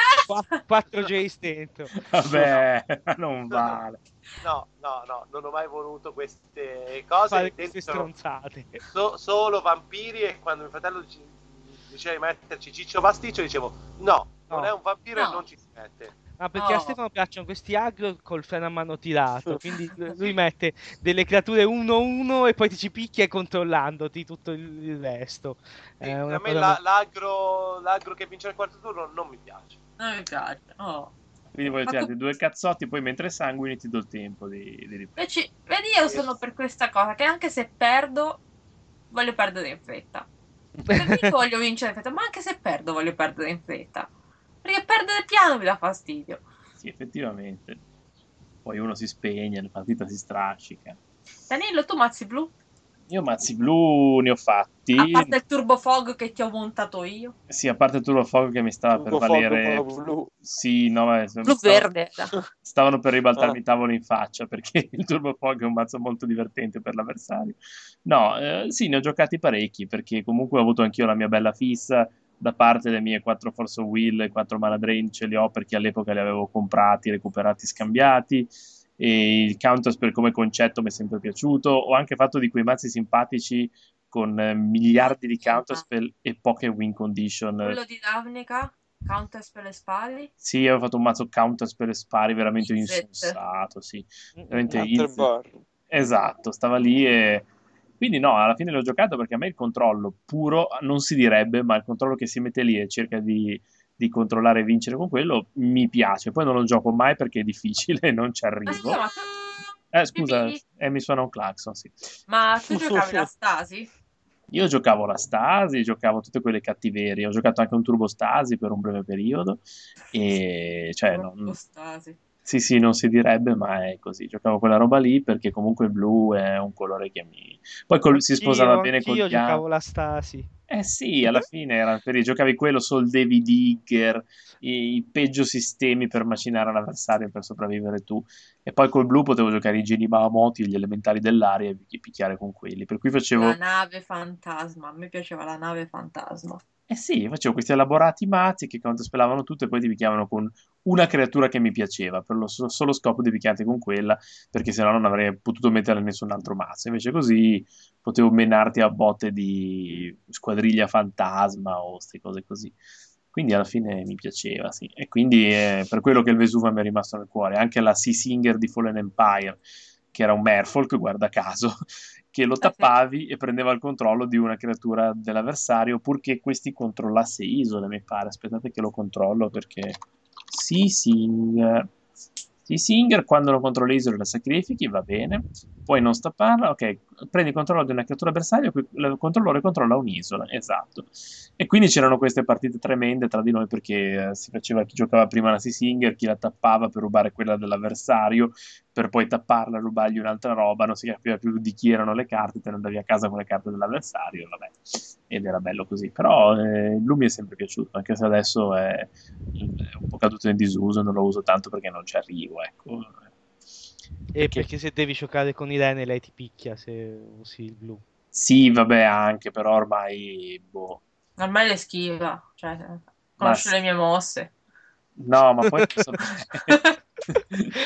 Speaker 5: 4 J dentro.
Speaker 4: Vabbè, non vale.
Speaker 6: No, no, no, non ho mai voluto queste cose.
Speaker 5: Fare
Speaker 6: dentro
Speaker 5: queste stronzate.
Speaker 6: so- solo vampiri e quando mio fratello ci- diceva di metterci Ciccio Pasticcio dicevo no, non
Speaker 5: No.
Speaker 6: è un vampiro
Speaker 7: No.
Speaker 6: e non ci si mette.
Speaker 5: Ah, perché a
Speaker 7: No.
Speaker 5: Stefano piacciono questi agro col freno a mano tirato. Quindi lui mette delle creature 1-1 e poi ti ci picchia controllandoti tutto il il resto.
Speaker 6: Sì,
Speaker 5: È una
Speaker 6: a me
Speaker 5: cosa
Speaker 6: la- l'agro, l'agro che vince il quarto turno non mi piace.
Speaker 7: Non mi piace. Oh.
Speaker 4: Quindi voglio
Speaker 7: Ma tu-
Speaker 4: tirarti due cazzotti, poi mentre sanguini ti do il tempo di, di riprendere.
Speaker 7: Invece, vedi, io sono per questa cosa che anche se perdo, voglio perdere in fretta. Per me voglio vincere in fretta, ma anche se perdo, voglio perdere in fretta. Perché perdere piano mi dà fastidio.
Speaker 4: Sì, effettivamente. Poi uno si spegne, la partita si strascica.
Speaker 7: Danilo, tu mazzi blu?
Speaker 4: Io mazzi blu ne ho fatti.
Speaker 7: A parte il turbo fog che ti ho montato io.
Speaker 4: Sì, a parte Turbo Fuoco che mi stava Ah, per
Speaker 9: Turbo Fuoco,
Speaker 4: valere.
Speaker 9: Turbo Blu.
Speaker 4: Sì, no, ma
Speaker 7: Blu
Speaker 4: stava-
Speaker 7: verde.
Speaker 4: stavano per ribaltarmi
Speaker 9: Ah.
Speaker 4: il tavolo in faccia perché il Turbo Fog è un mazzo molto divertente per l'avversario. No, eh, sì, ne ho giocati parecchi perché comunque ho avuto anch'io la mia bella fissa da parte delle mie quattro Force of Will e quattro Mana Drain ce li ho perché all'epoca li avevo comprati, recuperati, scambiati e il Countess per come concetto mi è sempre piaciuto. Ho anche fatto di quei mazzi simpatici con eh, miliardi di Countess per- e poche win condition.
Speaker 7: Quello di Davnica, Countess per le spalle.
Speaker 4: Sì, avevo fatto un mazzo Countess per le spari veramente
Speaker 7: Izzet.
Speaker 4: insensato, sì. Veramente
Speaker 9: Alter
Speaker 4: Izzet.
Speaker 9: bar.
Speaker 4: Esatto, stava lì e quindi no, alla fine l'ho giocato perché a me il controllo puro non si direbbe, ma il controllo che si mette lì e cerca di, di controllare e vincere con quello mi piace. Poi non lo gioco mai perché è difficile e non ci
Speaker 7: Ma
Speaker 4: arrivo.
Speaker 7: scusa, ma tu,
Speaker 4: Eh, scusa,
Speaker 7: Bibi,
Speaker 4: eh, mi suona un clacson, sì.
Speaker 7: ma tu giocavi la Stasi?
Speaker 4: Io giocavo la Stasi, giocavo tutte quelle cattiverie, ho giocato anche un Turbo Stasi per un breve periodo e cioè no,
Speaker 7: Turbo Stasi.
Speaker 4: sì, sì, non si direbbe, ma è così. Giocavo quella roba lì perché comunque il blu è un colore che mi... Poi col- si sposava
Speaker 5: Anch'io-
Speaker 4: bene col
Speaker 5: anch'io giocavo
Speaker 4: bianco.
Speaker 5: la Stasi.
Speaker 4: Eh sì, alla fine era per giocavi quello, soldevi Digger, i, i peggio sistemi per macinare l'avversario per sopravvivere tu. E poi col blu potevo giocare i geni Bahamoti, gli elementari dell'aria e picchi- picchiare con quelli. Per cui facevo...
Speaker 7: La nave fantasma. A me piaceva la nave fantasma.
Speaker 4: Eh sì, facevo questi elaborati mazzi che quando spelavano tutto e poi ti picchiavano con una creatura che mi piaceva, per lo so- solo scopo di picchiarti con quella, perché sennò non avrei potuto mettere nessun altro mazzo. Invece così potevo menarti a botte di squadriglia fantasma o queste cose così. Quindi alla fine mi piaceva, sì. E quindi eh, per quello che il Vesuva mi è rimasto nel cuore. Anche la Sea Singer di Fallen Empire, che era un Merfolk, guarda caso, che lo
Speaker 7: sì.
Speaker 4: tappavi e prendeva il controllo di una creatura dell'avversario, purché questi controllasse Isola, mi pare. Aspettate che lo controllo perché... Sì, Singer. Sì, Singer, quando lo controlli Isola la sacrifichi, va bene. Puoi non stapparla, ok. Prendi il controllo di una creatura avversaria, qui- il controllore controlla un'isola, esatto. E quindi c'erano queste partite tremende tra di noi perché eh, si faceva chi giocava prima la Sea Singer, chi la tappava per rubare quella dell'avversario, per poi tapparla, rubargli un'altra roba, non si capiva più di chi erano le carte, te ne andavi a casa con le carte dell'avversario, vabbè. Ed era bello così. Però eh, lui mi è sempre piaciuto, anche se adesso è, è un po' caduto in disuso, non lo uso tanto perché non ci arrivo, ecco.
Speaker 5: E perché se devi giocare con Irene lei ti picchia se usi il blu.
Speaker 4: Sì, vabbè, anche, però ormai, boh.
Speaker 7: Ormai le schiva. Cioè, conosce
Speaker 4: sì.
Speaker 7: le mie mosse.
Speaker 4: No, ma poi non so perché.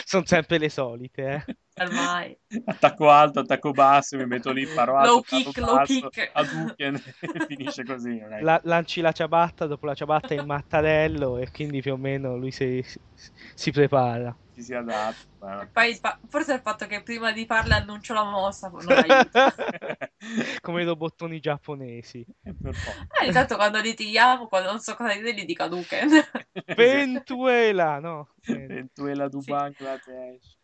Speaker 5: Sono sempre le solite, eh.
Speaker 7: ormai.
Speaker 4: attacco alto, attacco basso, mi metto lì, paro alto,
Speaker 7: Low
Speaker 4: paro
Speaker 7: kick,
Speaker 4: basso,
Speaker 7: low kick.
Speaker 4: a Hadouken, e finisce così. ok?
Speaker 5: La- lanci la ciabatta, dopo la ciabatta il mattarello e quindi più o meno lui si, si prepara.
Speaker 4: Ci si adatta.
Speaker 7: E Poi il fa- forse il fatto che prima di farle annuncio la mossa Eh, non aiuta.
Speaker 5: Come i robottoni giapponesi.
Speaker 4: E per forza.
Speaker 7: Eh, intanto quando litighiamo, quando non so cosa dire, gli dico a Duken.
Speaker 5: Ventuela, no? Eh,
Speaker 4: Venezuela, Dubai, Bangladesh.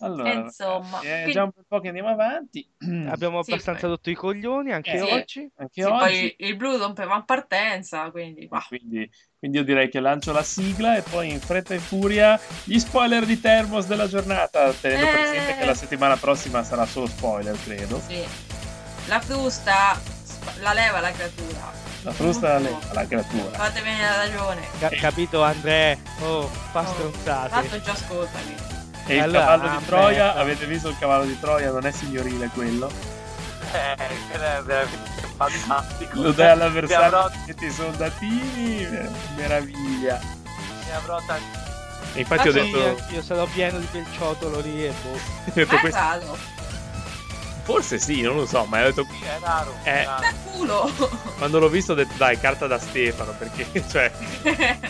Speaker 4: Allora,
Speaker 7: E Eh, insomma,
Speaker 4: ragazzi, è
Speaker 7: quindi-
Speaker 4: già un bel po' che andiamo avanti.
Speaker 5: Abbiamo
Speaker 7: Sì.
Speaker 5: abbastanza rotto i coglioni anche
Speaker 4: Eh, sì.
Speaker 5: oggi.
Speaker 4: Anche
Speaker 7: Sì,
Speaker 4: oggi.
Speaker 7: poi il blu rompeva in partenza, quindi bah.
Speaker 4: Quindi, quindi io direi che lancio la sigla e poi in fretta e furia gli spoiler di Termos della giornata, tenendo
Speaker 7: Eh.
Speaker 4: presente che la settimana prossima sarà solo spoiler, credo.
Speaker 7: Sì. La frusta sp- la leva la creatura.
Speaker 4: La frusta la leva, la creatura.
Speaker 7: Fate bene la ragione.
Speaker 5: Ca- capito Andrea? Oh, fa
Speaker 7: Tanto
Speaker 4: Ah,
Speaker 5: stronzate.
Speaker 7: già ascoltami.
Speaker 4: E il
Speaker 5: Allora,
Speaker 4: cavallo di
Speaker 5: ah,
Speaker 4: Troia,
Speaker 5: merda.
Speaker 4: avete visto il cavallo di Troia? Non è signorile quello.
Speaker 6: Eh, quello è veramente fantastico.
Speaker 4: Lo dai
Speaker 6: Ne avrò,
Speaker 4: all'avversario e ti soldatini, meraviglia.
Speaker 6: ne avrò tanti.
Speaker 4: E infatti ho
Speaker 5: Ah, Sì,
Speaker 4: detto,
Speaker 5: anch'io sarò pieno di pelciotolo lì e boh.
Speaker 4: ho detto
Speaker 7: Ma è
Speaker 4: questo-
Speaker 7: raro.
Speaker 4: forse sì, non lo so, ma ho detto
Speaker 6: Sì, è raro.
Speaker 4: Eh.
Speaker 6: è raro.
Speaker 7: Da culo.
Speaker 4: quando l'ho visto ho detto dai, carta da Stefano, perché cioè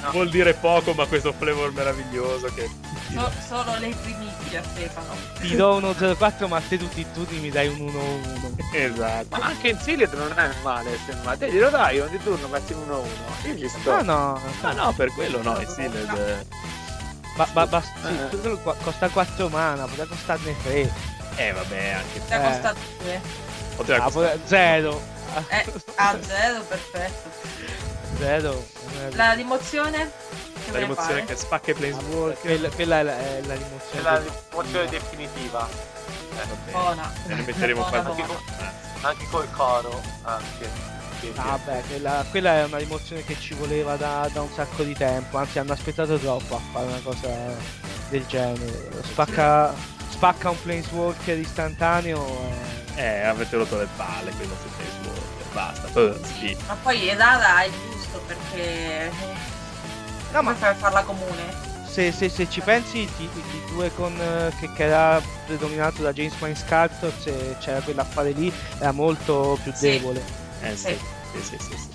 Speaker 6: No.
Speaker 4: vuol dire poco, ma questo flavor meraviglioso che
Speaker 7: So- solo le primizie, Stefano.
Speaker 5: Ti do uno 04 ma te tutti i turni mi dai un 1-1.
Speaker 4: esatto.
Speaker 9: Ma anche in Silent non è male, semmai. Te glielo dai ogni turno, metti 1-1. Io ci
Speaker 5: No,
Speaker 9: sto.
Speaker 5: no.
Speaker 4: Ma no, per quello no, il Sealed
Speaker 5: Ba- ba-
Speaker 4: Eh,
Speaker 5: ba- sì, quello qua- costa 4 mana, poteva costarne 3.
Speaker 4: eh vabbè, anche
Speaker 7: Ti ha
Speaker 5: Eh.
Speaker 7: costato due.
Speaker 4: poteva
Speaker 5: Ah,
Speaker 4: costare.
Speaker 5: poi- zero.
Speaker 7: Eh, a zero, perfetto.
Speaker 5: Zero. Eh,
Speaker 7: La rimozione? Che
Speaker 4: la
Speaker 7: vuoi
Speaker 4: rimozione
Speaker 7: fare?
Speaker 4: che spacca i
Speaker 5: quella,
Speaker 4: planeswalker.
Speaker 5: quella- Eh, quella è la, è la
Speaker 6: È
Speaker 5: rimozione.
Speaker 6: la
Speaker 5: del-
Speaker 6: rimozione definitiva. Eh,
Speaker 4: Vabbè,
Speaker 7: Buona.
Speaker 4: ne metteremo
Speaker 7: Buona,
Speaker 4: quanti-
Speaker 7: buona.
Speaker 6: Anche col coro. Anche. Sì, sì.
Speaker 5: Ah, Vabbè, quella, quella è una rimozione che ci voleva da, da un sacco di tempo, anzi hanno aspettato troppo a fare una cosa del genere. Spacca, spacca un planeswalker istantaneo e...
Speaker 4: Eh, avete rotto le palle con i nostri planeswalker, basta. Eh, sì.
Speaker 7: Ma poi è rara è giusto perché...
Speaker 5: No, ma-
Speaker 7: Come fai a farla comune?
Speaker 5: se, se- se ci pensi il T- il T2 con, eh, che, che era predominato da James Wine Sculptor, se c'era quell'affare lì, era molto più
Speaker 7: Sì.
Speaker 5: debole.
Speaker 4: Eh sì, sì, sì, sì, sì.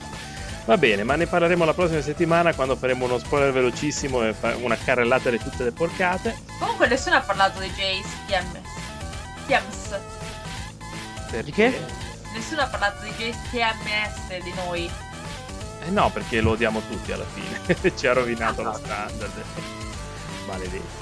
Speaker 4: Va bene, ma ne parleremo la prossima settimana quando faremo uno spoiler velocissimo e fa- una carrellata di tutte le porcate.
Speaker 7: Comunque nessuno ha parlato di Jace TMS. TMS.
Speaker 4: Perché?
Speaker 7: Nessuno ha parlato di Jace TMS di noi.
Speaker 4: Eh no, perché lo odiamo tutti alla fine. Ci ha rovinato lo standard. Maledetti.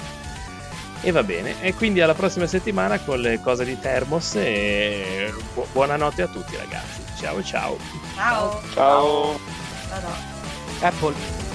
Speaker 4: E va bene, e quindi alla prossima settimana con le cose di Termos e bu- buonanotte a tutti ragazzi. Ciao ciao.
Speaker 7: Ciao.
Speaker 9: Ciao.
Speaker 7: No, no.
Speaker 5: Apple.